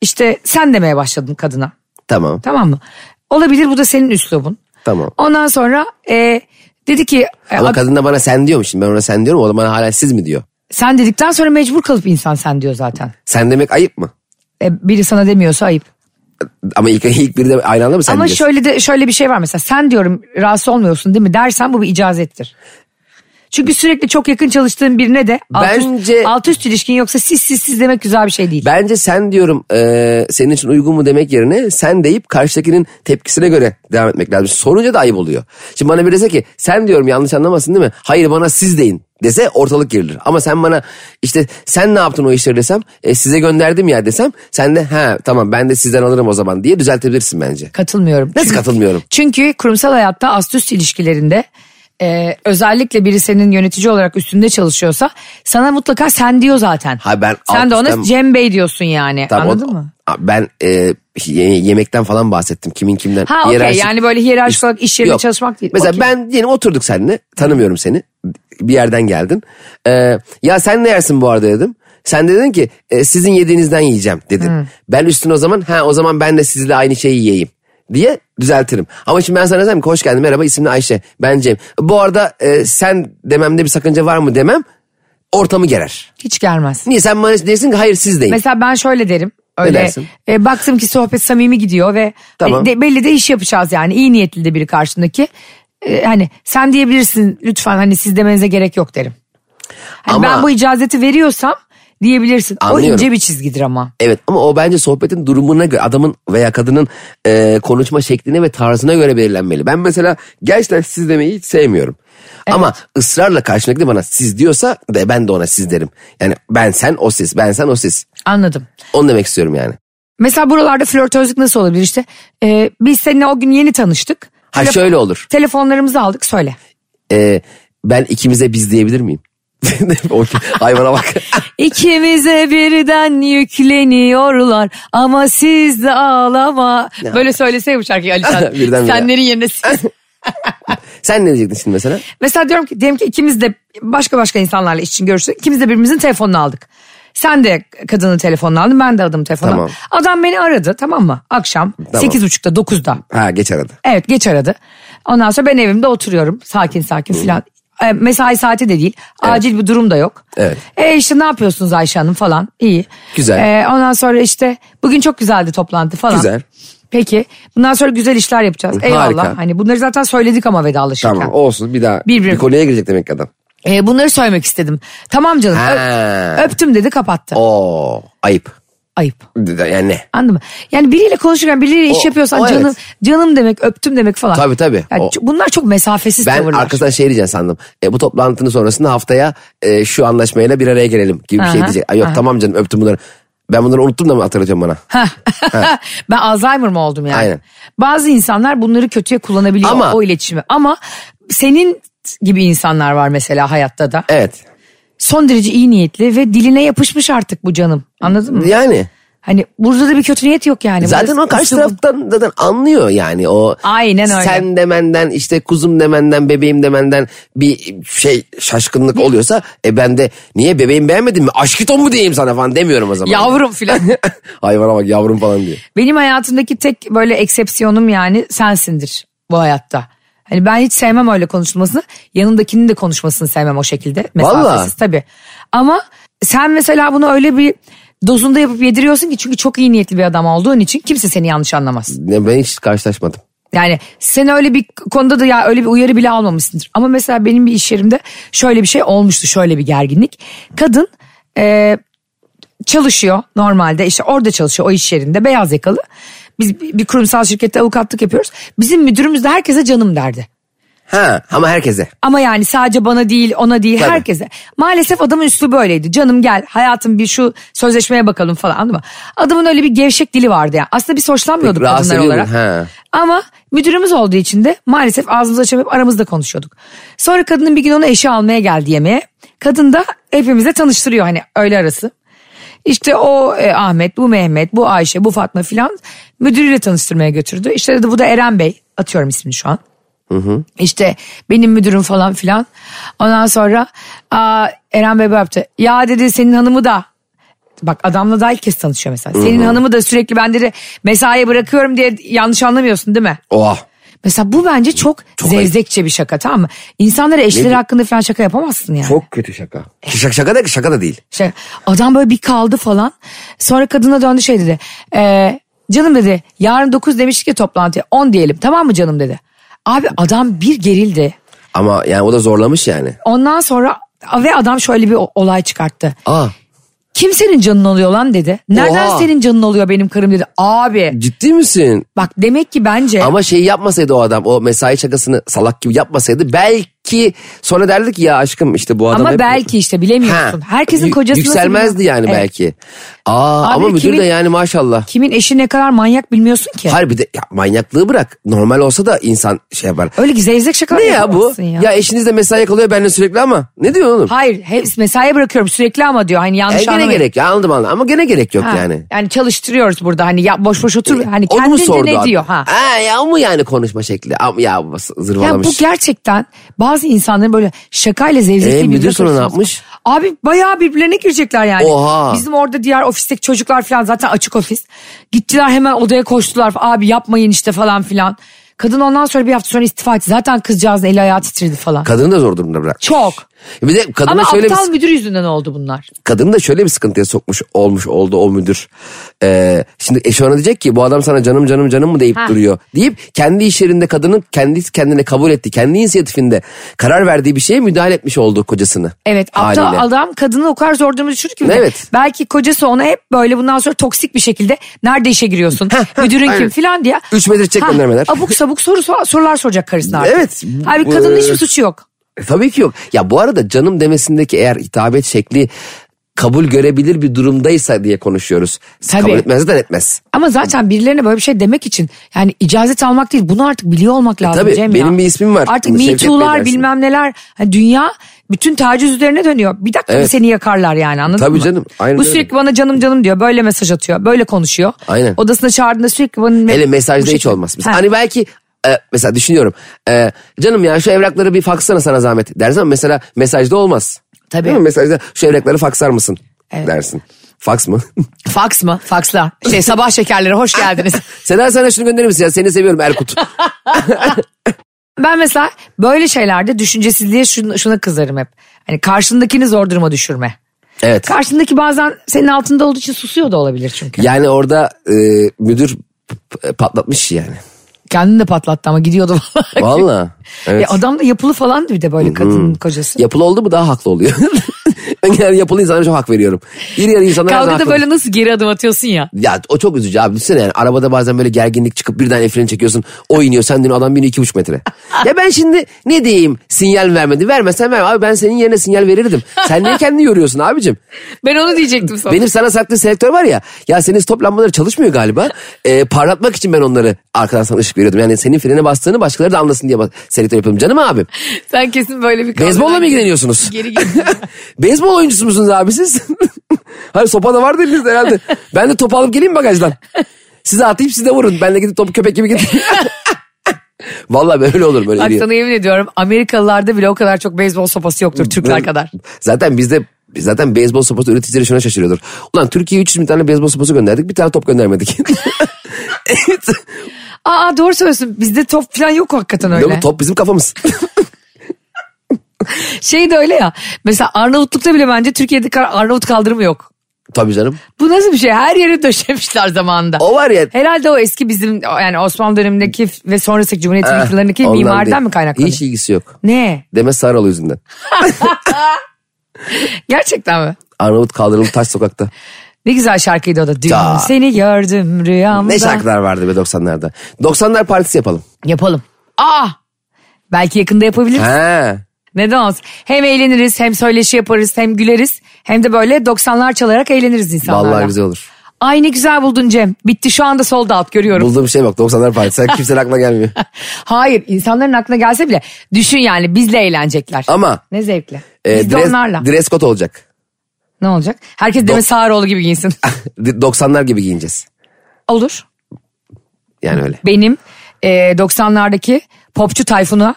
S2: işte sen demeye başladın kadına.
S3: Tamam.
S2: Tamam mı? Olabilir bu da senin üslubun.
S3: Tamam.
S2: Ondan sonra e, dedi ki e,
S3: Ama
S2: ad-
S3: kadın da bana sen diyormuş. Şimdi ben ona sen diyorum. O da bana hala siz mi diyor?
S2: sen dedikten sonra mecbur kalıp insan sen diyor zaten.
S3: Sen demek ayıp mı?
S2: E, biri sana demiyorsa ayıp.
S3: Ama ilk, ilk biri de aynı anda mı sen
S2: Ama
S3: diyorsun?
S2: şöyle de şöyle bir şey var mesela sen diyorum rahatsız olmuyorsun değil mi dersen bu bir icazettir. Çünkü sürekli çok yakın çalıştığın birine de alt, üst,
S3: Bence-
S2: alt üst ilişkin yoksa siz siz siz demek güzel bir şey değil.
S3: Bence sen diyorum e, senin için uygun mu demek yerine sen deyip karşıdakinin tepkisine göre devam etmek lazım. Sorunca da ayıp oluyor. Şimdi bana birisi ki sen diyorum yanlış anlamasın değil mi? Hayır bana siz deyin dese ortalık gerilir. Ama sen bana işte sen ne yaptın o işleri desem e, size gönderdim ya desem sen de ha tamam ben de sizden alırım o zaman diye düzeltebilirsin bence.
S2: Katılmıyorum.
S3: Nasıl katılmıyorum?
S2: Çünkü kurumsal hayatta ast üst ilişkilerinde e, özellikle biri senin yönetici olarak üstünde çalışıyorsa sana mutlaka sen diyor zaten.
S3: Ha, ben
S2: sen
S3: alt
S2: de ona
S3: üstten-
S2: Cem Bey diyorsun yani
S3: Tamam, o-
S2: anladın mı?
S3: A, Ben e, ye- yemekten falan bahsettim. Kimin kimden.
S2: Ha, okey.
S3: Hiyerarşik-
S2: Yani böyle hiyerarşik
S3: İş-
S2: olarak iş yerinde çalışmak değil.
S3: Mesela
S2: Okey.
S3: ben diyelim oturduk seninle. Tanımıyorum seni. Bir yerden geldin. Ee, ya sen ne yersin bu arada dedim. Sen de dedin ki "E, sizin yediğinizden yiyeceğim dedin.
S2: Hmm.
S3: Ben üstüne o zaman ha o zaman ben de sizle aynı şeyi yiyeyim diye düzeltirim. Ama şimdi ben sana desem ki hoş geldin merhaba ismim Ayşe ben Cem. Bu arada e, sen dememde bir sakınca var mı demem ortamı gerer.
S2: Hiç gelmez.
S3: Niye sen bana dersin ki hayır siz deyin.
S2: Mesela ben şöyle derim. Öyle
S3: dersin?
S2: e, baktım ki sohbet samimi gidiyor ve
S3: Tamam.
S2: e, de- belli de iş yapacağız yani. iyi niyetli de biri karşımdaki. E, hani sen diyebilirsin lütfen hani siz demenize gerek yok derim. Hani
S3: Ama-
S2: ben bu icazeti veriyorsam diyebilirsin. O
S3: Anlıyorum.
S2: ince bir çizgidir ama.
S3: Evet ama o bence sohbetin durumuna göre adamın veya kadının e, konuşma şekline ve tarzına göre belirlenmeli. Ben mesela gerçekten siz demeyi hiç sevmiyorum. Ama ısrarla karşımdaki de bana siz diyorsa de ben de ona siz derim. Yani ben sen o siz ben sen o siz.
S2: Anladım.
S3: Onu demek istiyorum yani.
S2: Mesela buralarda flörtözlük nasıl olabilir işte? E, biz seninle o gün yeni tanıştık.
S3: Ha
S2: Telef-
S3: şöyle olur.
S2: Telefonlarımızı aldık söyle.
S3: E, ben ikimize biz diyebilir miyim? O ki- Hayvana bak.
S2: İkimize birden yükleniyorlar ama siz de ağlama. Böyle söyleseydi bu şarkıyı Ali Can.
S3: Birden bire.
S2: Senlerin yerine siz.
S3: sen ne diyecektin şimdi mesela?
S2: Mesela diyorum ki, diyelim ki ikimiz de başka başka insanlarla iş için görüştük. İkimiz de birbirimizin telefonunu aldık. Sen de kadının telefonunu aldın ben de adamın telefonunu
S3: Tamam.
S2: aldım. Adam beni aradı tamam mı? Akşam sekiz buçukta dokuzda.
S3: Ha geç aradı.
S2: Evet geç aradı. Ondan sonra ben evimde oturuyorum sakin sakin filan. E, Mesai saati de değil. Acil bir durum da yok.
S3: Evet.
S2: E işte ne yapıyorsunuz Ayşe Hanım falan. İyi.
S3: Güzel.
S2: E, ondan sonra işte bugün çok güzeldi toplantı falan.
S3: Güzel.
S2: Peki. Bundan sonra güzel işler yapacağız.
S3: Harika.
S2: Eyvallah. Hani bunları zaten söyledik ama vedalaşırken.
S3: Tamam olsun bir daha
S2: Bir-
S3: bir,
S2: bir-
S3: konuya girecek demek ki adam.
S2: E, bunları söylemek istedim. Tamam canım.
S3: Ha.
S2: öp- öptüm dedi kapattı.
S3: Oo ayıp.
S2: Ayıp.
S3: Yani ne?
S2: Anladın mı? Yani biriyle konuşurken biriyle iş
S3: O-
S2: yapıyorsan
S3: o evet.
S2: canım canım demek öptüm demek falan.
S3: Tabii, tabii.
S2: Yani
S3: O-
S2: ç- bunlar çok mesafesiz
S3: Ben
S2: tavırlar.
S3: arkasından şey diyeceğim sandım. E, bu toplantının sonrasında haftaya e, şu anlaşmayla bir araya gelelim gibi bir şey
S2: Aha,
S3: diyecek. Ay, yok
S2: aha.
S3: tamam canım öptüm bunları. Ben bunları unuttum da mı hatırlatacağım bana?
S2: ben Alzheimer mı oldum yani?
S3: Aynen.
S2: Bazı insanlar bunları kötüye kullanabiliyor
S3: Ama-
S2: o iletişimi. Ama senin gibi insanlar var mesela hayatta da.
S3: Evet.
S2: Son derece iyi niyetli ve diline yapışmış artık bu canım. Anladın mı?
S3: Yani
S2: Hani burada da bir kötü niyet yok yani.
S3: zaten
S2: Burası-
S3: o karşı
S2: Isırgun.
S3: taraftan zaten anlıyor yani o.
S2: Aynen öyle.
S3: Sen demenden işte kuzum demenden bebeğim demenden bir şey şaşkınlık oluyorsa e ben de niye bebeğim beğenmedin mi? Aşkiton mu diyeyim sana falan demiyorum o zaman.
S2: Yavrum filan.
S3: Hayvana bak yavrum falan diyor.
S2: Benim hayatımdaki tek böyle eksepsiyonum yani sensindir bu hayatta. Hani ben hiç sevmem öyle konuşulmasını. Yanındakinin de konuşmasını sevmem o şekilde. Mesafesiz tabii. Ama sen mesela bunu öyle bir dozunda yapıp yediriyorsun ki çünkü çok iyi niyetli bir adam olduğun için kimse seni yanlış anlamaz.
S3: Ne, Ben hiç karşılaşmadım.
S2: Yani sen öyle bir konuda da ya öyle bir uyarı bile almamışsındır. Ama mesela benim bir iş yerimde şöyle bir şey olmuştu şöyle bir gerginlik. Kadın eee, çalışıyor normalde işte orada çalışıyor o iş yerinde beyaz yakalı. Biz bir bir kurumsal şirkette avukatlık yapıyoruz. Bizim müdürümüz de herkese canım derdi.
S3: Ha ama herkese.
S2: Ama yani sadece bana değil ona değil
S3: Tabii.
S2: herkese. Maalesef adamın üslubu böyleydi. Canım gel hayatım bir şu sözleşmeye bakalım falan anladın mı? Adamın öyle bir gevşek dili vardı yani. Aslında biz hoşlanmıyorduk
S3: Peki, rahatsız
S2: kadınlar
S3: ediyor
S2: olarak.
S3: mu? Ha.
S2: Ama müdürümüz olduğu için de maalesef ağzımızı açamayıp aramızda konuşuyorduk. Sonra kadının bir gün onu eşi almaya geldi yemeğe. Kadın da hepimize tanıştırıyor hani öğle arası. İşte o e, Ahmet, bu Mehmet, bu Ayşe, bu Fatma filan müdürüyle tanıştırmaya götürdü. İşte dedi bu da Eren Bey. Atıyorum ismini şu an. İşte benim müdürüm falan filan. Ondan sonra aa, Eren Bey böyle yaptı. Ya dedi senin hanımı da Bak adamla da ilk kez tanışıyor mesela. Senin hanımı da sürekli ben dedi mesaiye bırakıyorum diye yanlış anlamıyorsun değil mi?
S3: Oha.
S2: Mesela bu bence çok, zevzekçe bir şaka tamam mı? İnsanlara eşleri
S3: Ne-
S2: hakkında falan şaka yapamazsın yani.
S3: Çok kötü şaka. Şaka, şaka da şaka da değil.
S2: Şey, adam böyle bir kaldı falan. Sonra kadına döndü şey dedi. "Ee, canım dedi yarın 9 demiştik ya toplantıya 10 diyelim tamam mı canım dedi. Abi adam bir gerildi.
S3: Ama yani o da zorlamış yani.
S2: Ondan sonra ve adam şöyle bir o- olay çıkarttı.
S3: Aa
S2: Kim senin canın oluyor lan dedi. Nereden
S3: Oha.
S2: senin canın oluyor benim karım dedi. Abi.
S3: ciddi misin?
S2: Bak demek ki bence
S3: Ama şeyi yapmasaydı o adam o mesai şakasını salak gibi yapmasaydı belki sonra derdik ki, ya aşkım işte bu adam
S2: ama
S3: hep-
S2: belki işte bilemiyorsun.
S3: Ha.
S2: Herkesin
S3: Yü-
S2: kocası nasıl
S3: Yükselmezdi
S2: bilmiyor.
S3: yani
S2: Evet.
S3: belki. Aa,
S2: Abi
S3: ama müdür
S2: kimin-
S3: de yani maşallah.
S2: Kimin eşi ne kadar manyak bilmiyorsun ki.
S3: Hayır bir de ya manyaklığı bırak. Normal olsa da insan şey yapar.
S2: Öyle ki zevzek şakalar
S3: Ne ya bu?
S2: yapamazsın
S3: Ya. eşiniz de mesai yakalıyor benimle sürekli ama. Ne diyorsun oğlum?
S2: Hayır hep mesaiye bırakıyorum sürekli ama diyor hani
S3: E,
S2: yanlış
S3: gene
S2: anlamayın.
S3: gerek ya anladım anladım ama gene gerek yok
S2: Ha,
S3: yani. E,
S2: çalıştırıyoruz burada hani ya boş boş otur hani
S3: Onu mu
S2: kendince
S3: sordu
S2: ne
S3: abi?
S2: diyor ha.
S3: ya o mu yani konuşma şekli? Am- Ya bu
S2: Ya
S3: zırvalamış.
S2: bu gerçekten bazı insanların böyle şakayla zevzekliği
S3: Ee,
S2: birbirine
S3: müdür sonra ne
S2: karıştırması.
S3: yapmış?
S2: Abi bayağı birbirlerine girecekler yani.
S3: Oha.
S2: Bizim orada diğer ofisteki çocuklar falan zaten açık ofis. Gittiler hemen odaya koştular. Abi yapmayın işte falan filan. Kadın ondan sonra bir hafta sonra istifa etti. Zaten kızcağızın eli ayağı titredi falan.
S3: Kadını da zor durumda bırakmış.
S2: Çok.
S3: Bir de kadını
S2: Ama
S3: şöyle bir
S2: aptal müdür yüzünden oldu bunlar.
S3: kadını da şöyle bir sıkıntıya sokmuş olmuş oldu o müdür. Ee, şimdi eşi ona diyecek ki bu adam sana canım canım canım mı deyip
S2: Ha.
S3: duruyor. Deyip kendi iş yerinde kadının kendisi kendine kabul etti. Kendi inisiyatifinde karar verdiği bir şeye müdahale etmiş oldu kocasını.
S2: Evet aptal
S3: Haliyle.
S2: adam kadını o kadar zor durumda düşürdü ki. bir de.
S3: Evet.
S2: Belki kocası ona hep böyle bundan sonra toksik bir şekilde nerede işe giriyorsun müdürün kim
S3: aynen.
S2: filan diye.
S3: Üç metre çiçek
S2: Ha,
S3: göndermeler.
S2: Abuk sabuk soru, sor- sorular soracak karısına artık.
S3: Evet. Ee,
S2: Abi
S3: Bu-
S2: kadının hiçbir suçu yok.
S3: E, Tabii ki yok. Ya bu arada canım demesindeki eğer hitabet şekli kabul görebilir bir durumdaysa diye konuşuyoruz.
S2: Tabii.
S3: Kabul etmez de etmez.
S2: Ama zaten birilerine böyle bir şey demek için yani icazet almak değil bunu artık biliyor olmak lazım
S3: E tabii,
S2: Cem
S3: benim
S2: ya.
S3: bir ismim var.
S2: Artık
S3: Bunu
S2: Me
S3: Şevket Bey
S2: Too'lar
S3: dersin.
S2: bilmem neler hani dünya bütün taciz üzerine dönüyor. Bir dakika
S3: Evet.
S2: seni yakarlar yani anladın
S3: Tabii
S2: mı?
S3: canım, aynen
S2: Bu
S3: öyle.
S2: sürekli bana canım canım diyor böyle mesaj atıyor böyle konuşuyor.
S3: Aynen.
S2: Odasına çağırdığında sürekli bana...
S3: Hele
S2: Bu
S3: mesajda hiç
S2: şekilde-
S3: olmaz. Mesela
S2: Ha.
S3: hani belki e, mesela düşünüyorum. E, canım ya şu evrakları bir faksana sana zahmet dersin ama mesela mesajda olmaz.
S2: Tabii.
S3: Değil mi? Mesajda şu evrakları faksar mısın dersin. Faks mı?
S2: Faks mı? Faksla. Şey sabah şekerleri hoş geldiniz.
S3: Seda sana şunu gönderir misin ya? Seni seviyorum Erkut.
S2: ben mesela böyle şeylerde düşüncesizliğe şuna, şuna kızarım hep. Hani karşındakini zor duruma düşürme.
S3: evet.
S2: Karşındaki bazen senin altında olduğu için susuyor da olabilir çünkü.
S3: Yani orada e, müdür p- patlatmış yani.
S2: Kendini de patlattı ama gidiyordu vallahi.
S3: Valla. Evet. Hmm.
S2: E adam da yapılı falandı bir de böyle kadının kocası.
S3: Yapılı oldu mu daha haklı oluyor. ben genelde yapılı insanlara çok hak veriyorum. İri yarı insanlara her zaman
S2: Kavgada
S3: haklı.
S2: böyle nasıl geri adım atıyorsun ya.
S3: Ya o çok üzücü abi. Düşünsene yani arabada bazen böyle gerginlik çıkıp birden el freni çekiyorsun. O iniyor sen dün adam biniyor iki buçuk metre. ya ben şimdi ne diyeyim sinyal vermedi. Vermesen verme abi ben senin yerine sinyal verirdim. Sen niye kendini yoruyorsun abicim?
S2: Ben onu diyecektim sana.
S3: Benim sana saklı selektör var ya. Ya senin stop lambaları çalışmıyor galiba. Ee, parlatmak için ben onları arkadan sana ışık veriyordum. Yani senin frene bastığını başkaları da anlasın diye bas- selektör yapıyordum. Canım abim.
S2: Sen kesin böyle bir kavga-
S3: Beyzbolla mı ilgileniyorsunuz?
S2: Geri geri.
S3: Beyzbol oyuncusu musunuz abi siz? Hayır sopa da vardı elinizde herhalde. Ben de topu alıp geleyim mi bagajdan. Size atayım siz de vurun. Ben de gidip topu köpek gibi gideyim. Vallahi böyle olur böyle.
S2: Bak
S3: iri-
S2: sana yemin ediyorum Amerikalılarda bile o kadar çok beyzbol sopası yoktur Türkler kadar.
S3: Zaten bizde zaten beyzbol sopası üreticileri şuna şaşırıyordur. Ulan Türkiye'ye 300 bin tane beyzbol sopası gönderdik bir tane top göndermedik.
S2: Aa doğru söylüyorsun. Bizde top falan yok hakikaten öyle.
S3: Değil mi? Top bizim kafamız.
S2: Şey de öyle ya. Mesela Arnavutluk'ta bile bence Türkiye'de kar- Arnavut kaldırımı yok.
S3: Tabii canım.
S2: Bu nasıl bir şey? Her yere döşemişler zamanında.
S3: O var ya.
S2: Herhalde o eski bizim yani Osmanlı dönemindeki ve sonrası Cumhuriyet'in
S3: Ah,
S2: yıllarındaki
S3: ondan
S2: mimariden
S3: değil.
S2: mi kaynaklanıyor?
S3: Hiç ilgisi yok.
S2: Ne?
S3: Deme Sarıoğlu yüzünden.
S2: Gerçekten mi?
S3: Arnavut kaldırıldı taş sokakta.
S2: Ne güzel şarkıydı o da. Dün
S3: Ya.
S2: seni gördüm rüyamda.
S3: Ne şarkılar vardı be 90'larda. 90'lar partisi yapalım.
S2: Yapalım. Aa! Belki yakında yapabiliriz.
S3: He.
S2: Neden olsun? Hem eğleniriz hem söyleşi yaparız hem güleriz. Hem de böyle 90'lar çalarak eğleniriz insanlarla.
S3: Vallahi güzel olur.
S2: Ay ne güzel buldun Cem. Bitti şu anda solda alt görüyorum.
S3: Bulduğum şey bak 90'lar partisi. Sen kimsenin aklına gelmiyor.
S2: Hayır insanların aklına gelse bile düşün yani bizle eğlenecekler.
S3: Ama
S2: ne zevkli.
S3: e,
S2: Biz de
S3: dress,
S2: onlarla.
S3: dress code olacak.
S2: ne olacak? Herkes Deme Sağaroğlu gibi giyinsin.
S3: Ah. 90'lar gibi giyineceğiz.
S2: Olur.
S3: Yani öyle.
S2: Benim e, 90'lardaki popçu Tayfun'a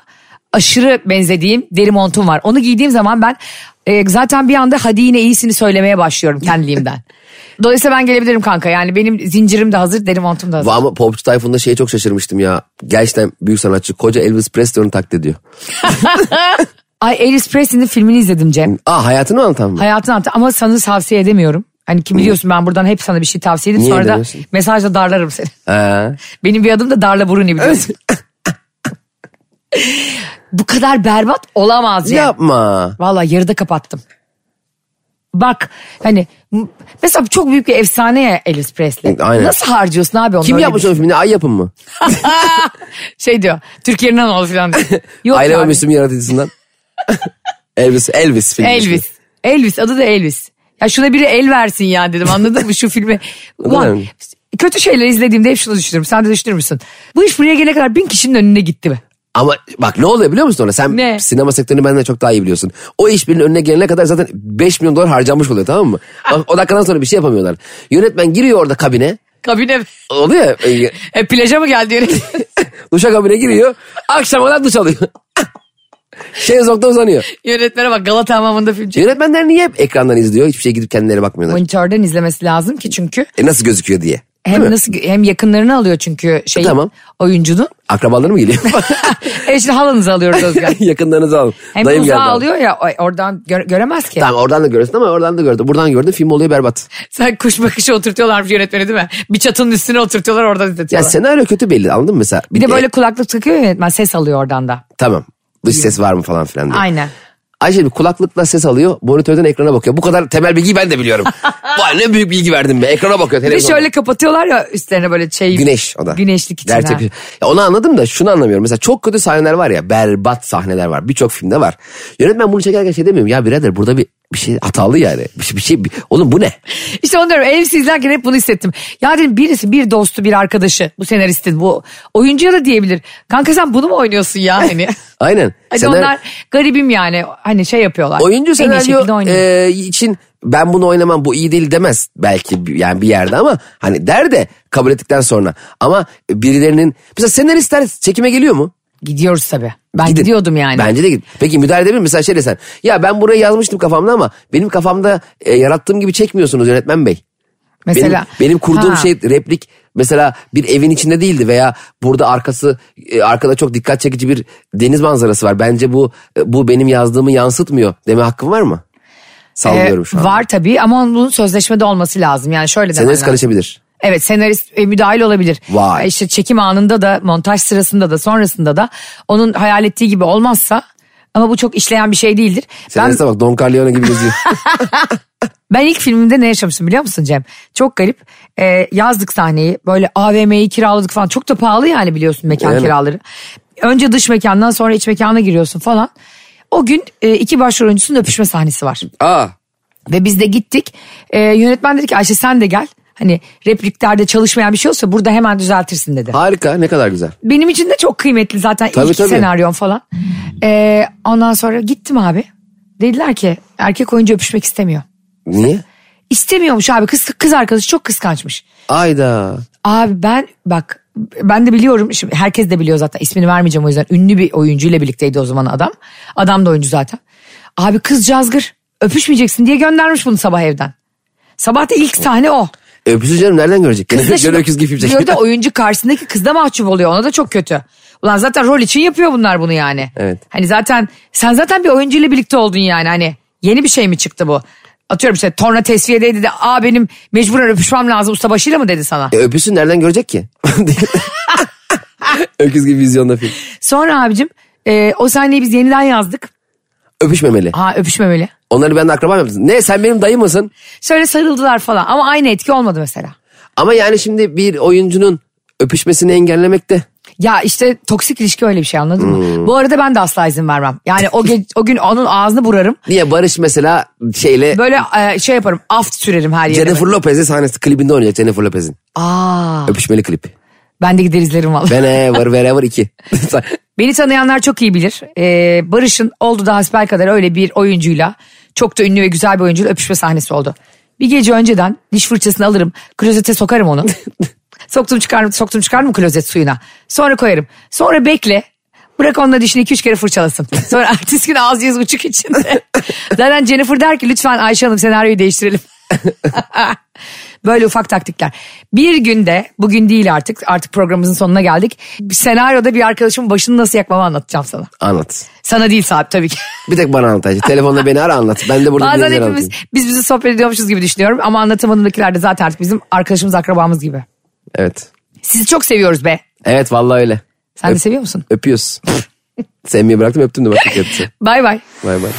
S2: aşırı benzediğim deri montum var. Onu giydiğim zaman ben e, zaten bir anda hadi yine iyisini söylemeye başlıyorum kendiliğimden. Dolayısıyla ben gelebilirim kanka. Yani benim zincirim de hazır, deri montum da hazır.
S3: Va- Ama Popçu Tayfun'da şeye çok şaşırmıştım ya. Gerçekten büyük sanatçı. Koca Elvis Presley'onu taklit ediyor.
S2: Ay Elvis Presley'nin filmini izledim Cem.
S3: Aa hayatını anlatan mı?
S2: Hayatını anlattı ama sana tavsiye edemiyorum. Hani ki biliyorsun ben buradan hep sana bir şey tavsiye edip
S3: Niye
S2: sonra da
S3: edemiyorsun?
S2: mesajla darlarım seni.
S3: Ee,
S2: Benim bir adım da Darla Bruni biliyorsun. Bu kadar berbat olamaz yani.
S3: yapma.
S2: Valla yarıda kapattım. Bak hani m- mesela çok büyük bir efsane ya Elvis Presley.
S3: Aynen.
S2: Nasıl harcıyorsun abi onu?
S3: Kim
S2: öyle
S3: yapmış
S2: bir-
S3: onun filmini? Ay yapın mı?
S2: Şey diyor Türkiye'nin ol falan diyor. Yok
S3: Aile ve
S2: abi.
S3: Müslüm yaratıcısından. Elvis, Elvis filmi.
S2: Elvis. Elvis adı da Elvis. Ya şuna biri el versin ya dedim anladın mı şu filmi.
S3: da
S2: Ulan
S3: önemli.
S2: kötü şeyleri izlediğimde hep şunu düşünürüm. Sen de düşünür müsün? Bu iş buraya gelene kadar bin kişinin önüne gitti mi?
S3: Ama bak ne oluyor biliyor musun ona? Sen
S2: Ne?
S3: sinema sektörünü benden çok daha iyi biliyorsun. O iş birinin önüne gelene kadar zaten 5 milyon dolar harcanmış oluyor tamam mı?
S2: Ah.
S3: Bak, o dakikadan sonra bir şey yapamıyorlar. Yönetmen giriyor orada kabine.
S2: Kabine mi?
S3: Oluyor ya. e,
S2: E, plaja mı geldi yönetim?
S3: Duşa kabine giriyor. Akşama kadar duş alıyor. şey zokta uzanıyor.
S2: Yönetmene bak Galata Hamamı'nda film çekiyor.
S3: Yönetmenler niye hep ekrandan izliyor? Hiçbir şeye gidip kendilerine bakmıyorlar.
S2: Monitörden izlemesi lazım ki çünkü.
S3: E nasıl gözüküyor diye.
S2: Hem nasıl hem yakınlarını alıyor çünkü şey
S3: Tamam.
S2: oyuncunun.
S3: Akrabaları mı geliyor?
S2: e işte halınızı alıyoruz Özgen.
S3: Yakınlarınızı alın.
S2: Hem
S3: Dayım geldi.
S2: uzağa
S3: abi.
S2: alıyor ya ay, oradan gö- göremez ki.
S3: Tamam oradan da görürsün ama oradan da gördün. Buradan gördün film oluyor berbat.
S2: Sen kuş bakışı oturtuyorlarmış yönetmeni değil mi? Bir çatının üstüne oturtuyorlar oradan
S3: Ya
S2: izletiyorlar.
S3: senaryo kötü belli anladın mı mesela?
S2: bir de böyle
S3: E,
S2: kulaklık takıyor ya yönetmen ses alıyor oradan da.
S3: tamam dış ses var mı falan filan diye.
S2: Aynen.
S3: Ayşe bir kulaklıkla ses alıyor monitörden ekrana bakıyor. Bu kadar temel bilgiyi ben de biliyorum. Vay ne büyük bilgi verdim be ekrana bakıyor.
S2: Bir de
S3: televizyona
S2: şöyle kapatıyorlar ya üstlerine böyle şey.
S3: Güneş o da.
S2: Güneşlik için.
S3: Gerçek
S2: ha.
S3: bir- şey. Ya onu anladım da şunu anlamıyorum. Mesela çok kötü sahneler var ya berbat sahneler var. Birçok filmde var. Yönetmen bunu çekerken şey demiyorum ya birader burada bir bir şey hatalı yani. Bir şey, bir şey bir- oğlum bu ne?
S2: İşte onu diyorum Elvis'i izlerken hep bunu hissettim. Ya dedim birisi bir dostu bir arkadaşı bu senaristin bu oyuncuya da diyebilir. Kanka sen bunu mu oynuyorsun ya hani?
S3: Aynen.
S2: Hadi
S3: Senaryo-
S2: onlar garibim yani hani şey yapıyorlar.
S3: oyuncu
S2: En iyi şekilde
S3: senaryo
S2: oynuyor.
S3: e, için ben bunu oynamam bu iyi değil demez belki bir- yani bir yerde ama hani der de kabul ettikten sonra ama birilerinin mesela senaristler çekime geliyor mu?
S2: Gidiyoruz tabii. Ben
S3: Gidin.
S2: gidiyordum yani.
S3: Bence de git. Peki müdahale edebilir miyim? Mesela şey desen. Ya ben burayı yazmıştım kafamda ama benim kafamda e, yarattığım gibi çekmiyorsunuz yönetmen bey.
S2: Mesela
S3: benim, benim kurduğum
S2: Ha.
S3: şey replik mesela bir evin içinde değildi veya burada arkası e, arkada çok dikkat çekici bir deniz manzarası var. Bence bu e, bu benim yazdığımı yansıtmıyor deme hakkım var mı? Sallıyorum
S2: Ee,
S3: şu an.
S2: Var tabii ama onun sözleşmede olması lazım. Yani şöyle demen
S3: Senarist
S2: lazım.
S3: karışabilir.
S2: Evet senarist e, müdahil olabilir.
S3: Vay.
S2: E, İşte çekim anında da montaj sırasında da sonrasında da onun hayal ettiği gibi olmazsa ama bu çok işleyen bir şey değildir. Ben,
S3: Senariste bak Don Corleone gibi gözüyor.
S2: ben ilk filmimde ne yaşamıştım biliyor musun Cem? Çok garip. Ee, yazdık sahneyi böyle AVM'yi kiraladık falan. Çok da pahalı yani biliyorsun mekan
S3: Öyle mi?
S2: kiraları. Önce dış mekandan sonra iç mekana giriyorsun falan. O gün e, iki başrol oyuncusunun öpüşme sahnesi var.
S3: Aa,
S2: Ve biz de gittik. Ee, yönetmen dedi ki Ayşe sen de gel. Hani repliklerde çalışmayan bir şey olsa burada hemen düzeltirsin dedi.
S3: harika ne kadar güzel.
S2: Benim için de çok kıymetli zaten
S3: Tabii,
S2: ilk
S3: tabii.
S2: senaryon falan. Ee, ondan sonra gittim abi. Dediler ki erkek oyuncu öpüşmek istemiyor.
S3: Niye?
S2: İstemiyormuş abi kız kız arkadaşı çok kıskançmış.
S3: Ayda.
S2: Abi ben bak ben de biliyorum şimdi herkes de biliyor zaten ismini vermeyeceğim o yüzden ünlü bir oyuncuyla birlikteydi o zaman adam. Adam da oyuncu zaten. Abi kız cazgır öpüşmeyeceksin diye göndermiş bunu sabah evden. Sabah da ilk sahne o.
S3: E, öpüsü canım nereden görecek?
S2: Kız da
S3: Gene
S2: şimdi
S3: öküz gibi yapacak.
S2: Diyor da oyuncu karşısındaki kız da mahcup oluyor. Ona da çok kötü. Ulan zaten rol için yapıyor bunlar bunu yani.
S3: Evet.
S2: Hani zaten sen zaten bir oyuncuyla birlikte oldun yani. Hani yeni bir şey mi çıktı bu? Atıyorum işte torna tesviyedeydi de aa benim mecburen öpüşmem lazım ustabaşıyla mı dedi sana?
S3: E, öpüsü nereden görecek ki? öküz gibi vizyonda film.
S2: Sonra abicim e, o sahneyi biz yeniden yazdık.
S3: Öpüşmemeli.
S2: Ha öpüşmemeli.
S3: Onları ben de akraba yaptım. Ne sen benim dayı mısın?
S2: Şöyle sarıldılar falan ama aynı etki olmadı mesela.
S3: Ama yani şimdi bir oyuncunun öpüşmesini engellemek de
S2: Ya işte toksik ilişki öyle bir şey anladın mı? Bu arada ben de asla izin vermem. Yani o, ge- o gün onun ağzını burarım.
S3: Niye Barış mesela şeyle
S2: Böyle e, şey yaparım aft sürerim her yere.
S3: Jennifer Lopez'in sahnesi klibinde oynayacak Jennifer Lopez'in.
S2: Aa,
S3: Öpüşmeli klip.
S2: ben de gider izlerim valla.
S3: Whenever wherever 2.
S2: Beni tanıyanlar çok iyi bilir. Ee, Barış'ın oldu da hasbel kadar öyle bir oyuncuyla çok da ünlü ve güzel bir oyuncuyla öpüşme sahnesi oldu. Bir gece önceden diş fırçasını alırım klozete sokarım onu. soktum çıkarım soktum çıkarım klozet suyuna. Sonra koyarım. Sonra bekle. Bırak onunla dişini iki üç kere fırçalasın. Sonra ertesi gün ağız yüz buçuk içinde. Zaten Jennifer der ki lütfen Ayşe Hanım senaryoyu değiştirelim. Böyle ufak taktikler. Bir günde bugün değil artık artık programımızın sonuna geldik. Bir senaryoda bir arkadaşımın başını nasıl yakmamı anlatacağım sana.
S3: anlat.
S2: Sana değil Saat tabii ki.
S3: Bir tek bana anlat. Ayşe. Telefonla beni ara anlat. Ben de burada
S2: Bazen
S3: dinleyenlere
S2: hepimiz
S3: anlatayım.
S2: biz bizi sohbet ediyormuşuz gibi düşünüyorum ama anlatamadığımdakiler de zaten artık bizim arkadaşımız akrabamız gibi.
S3: Evet.
S2: Sizi çok seviyoruz be.
S3: Evet vallahi öyle.
S2: Sen de seviyor musun?
S3: Öpüyoruz. Sevmeyi bıraktım öptüm de bak.
S2: Bay bay.
S3: Bay bay.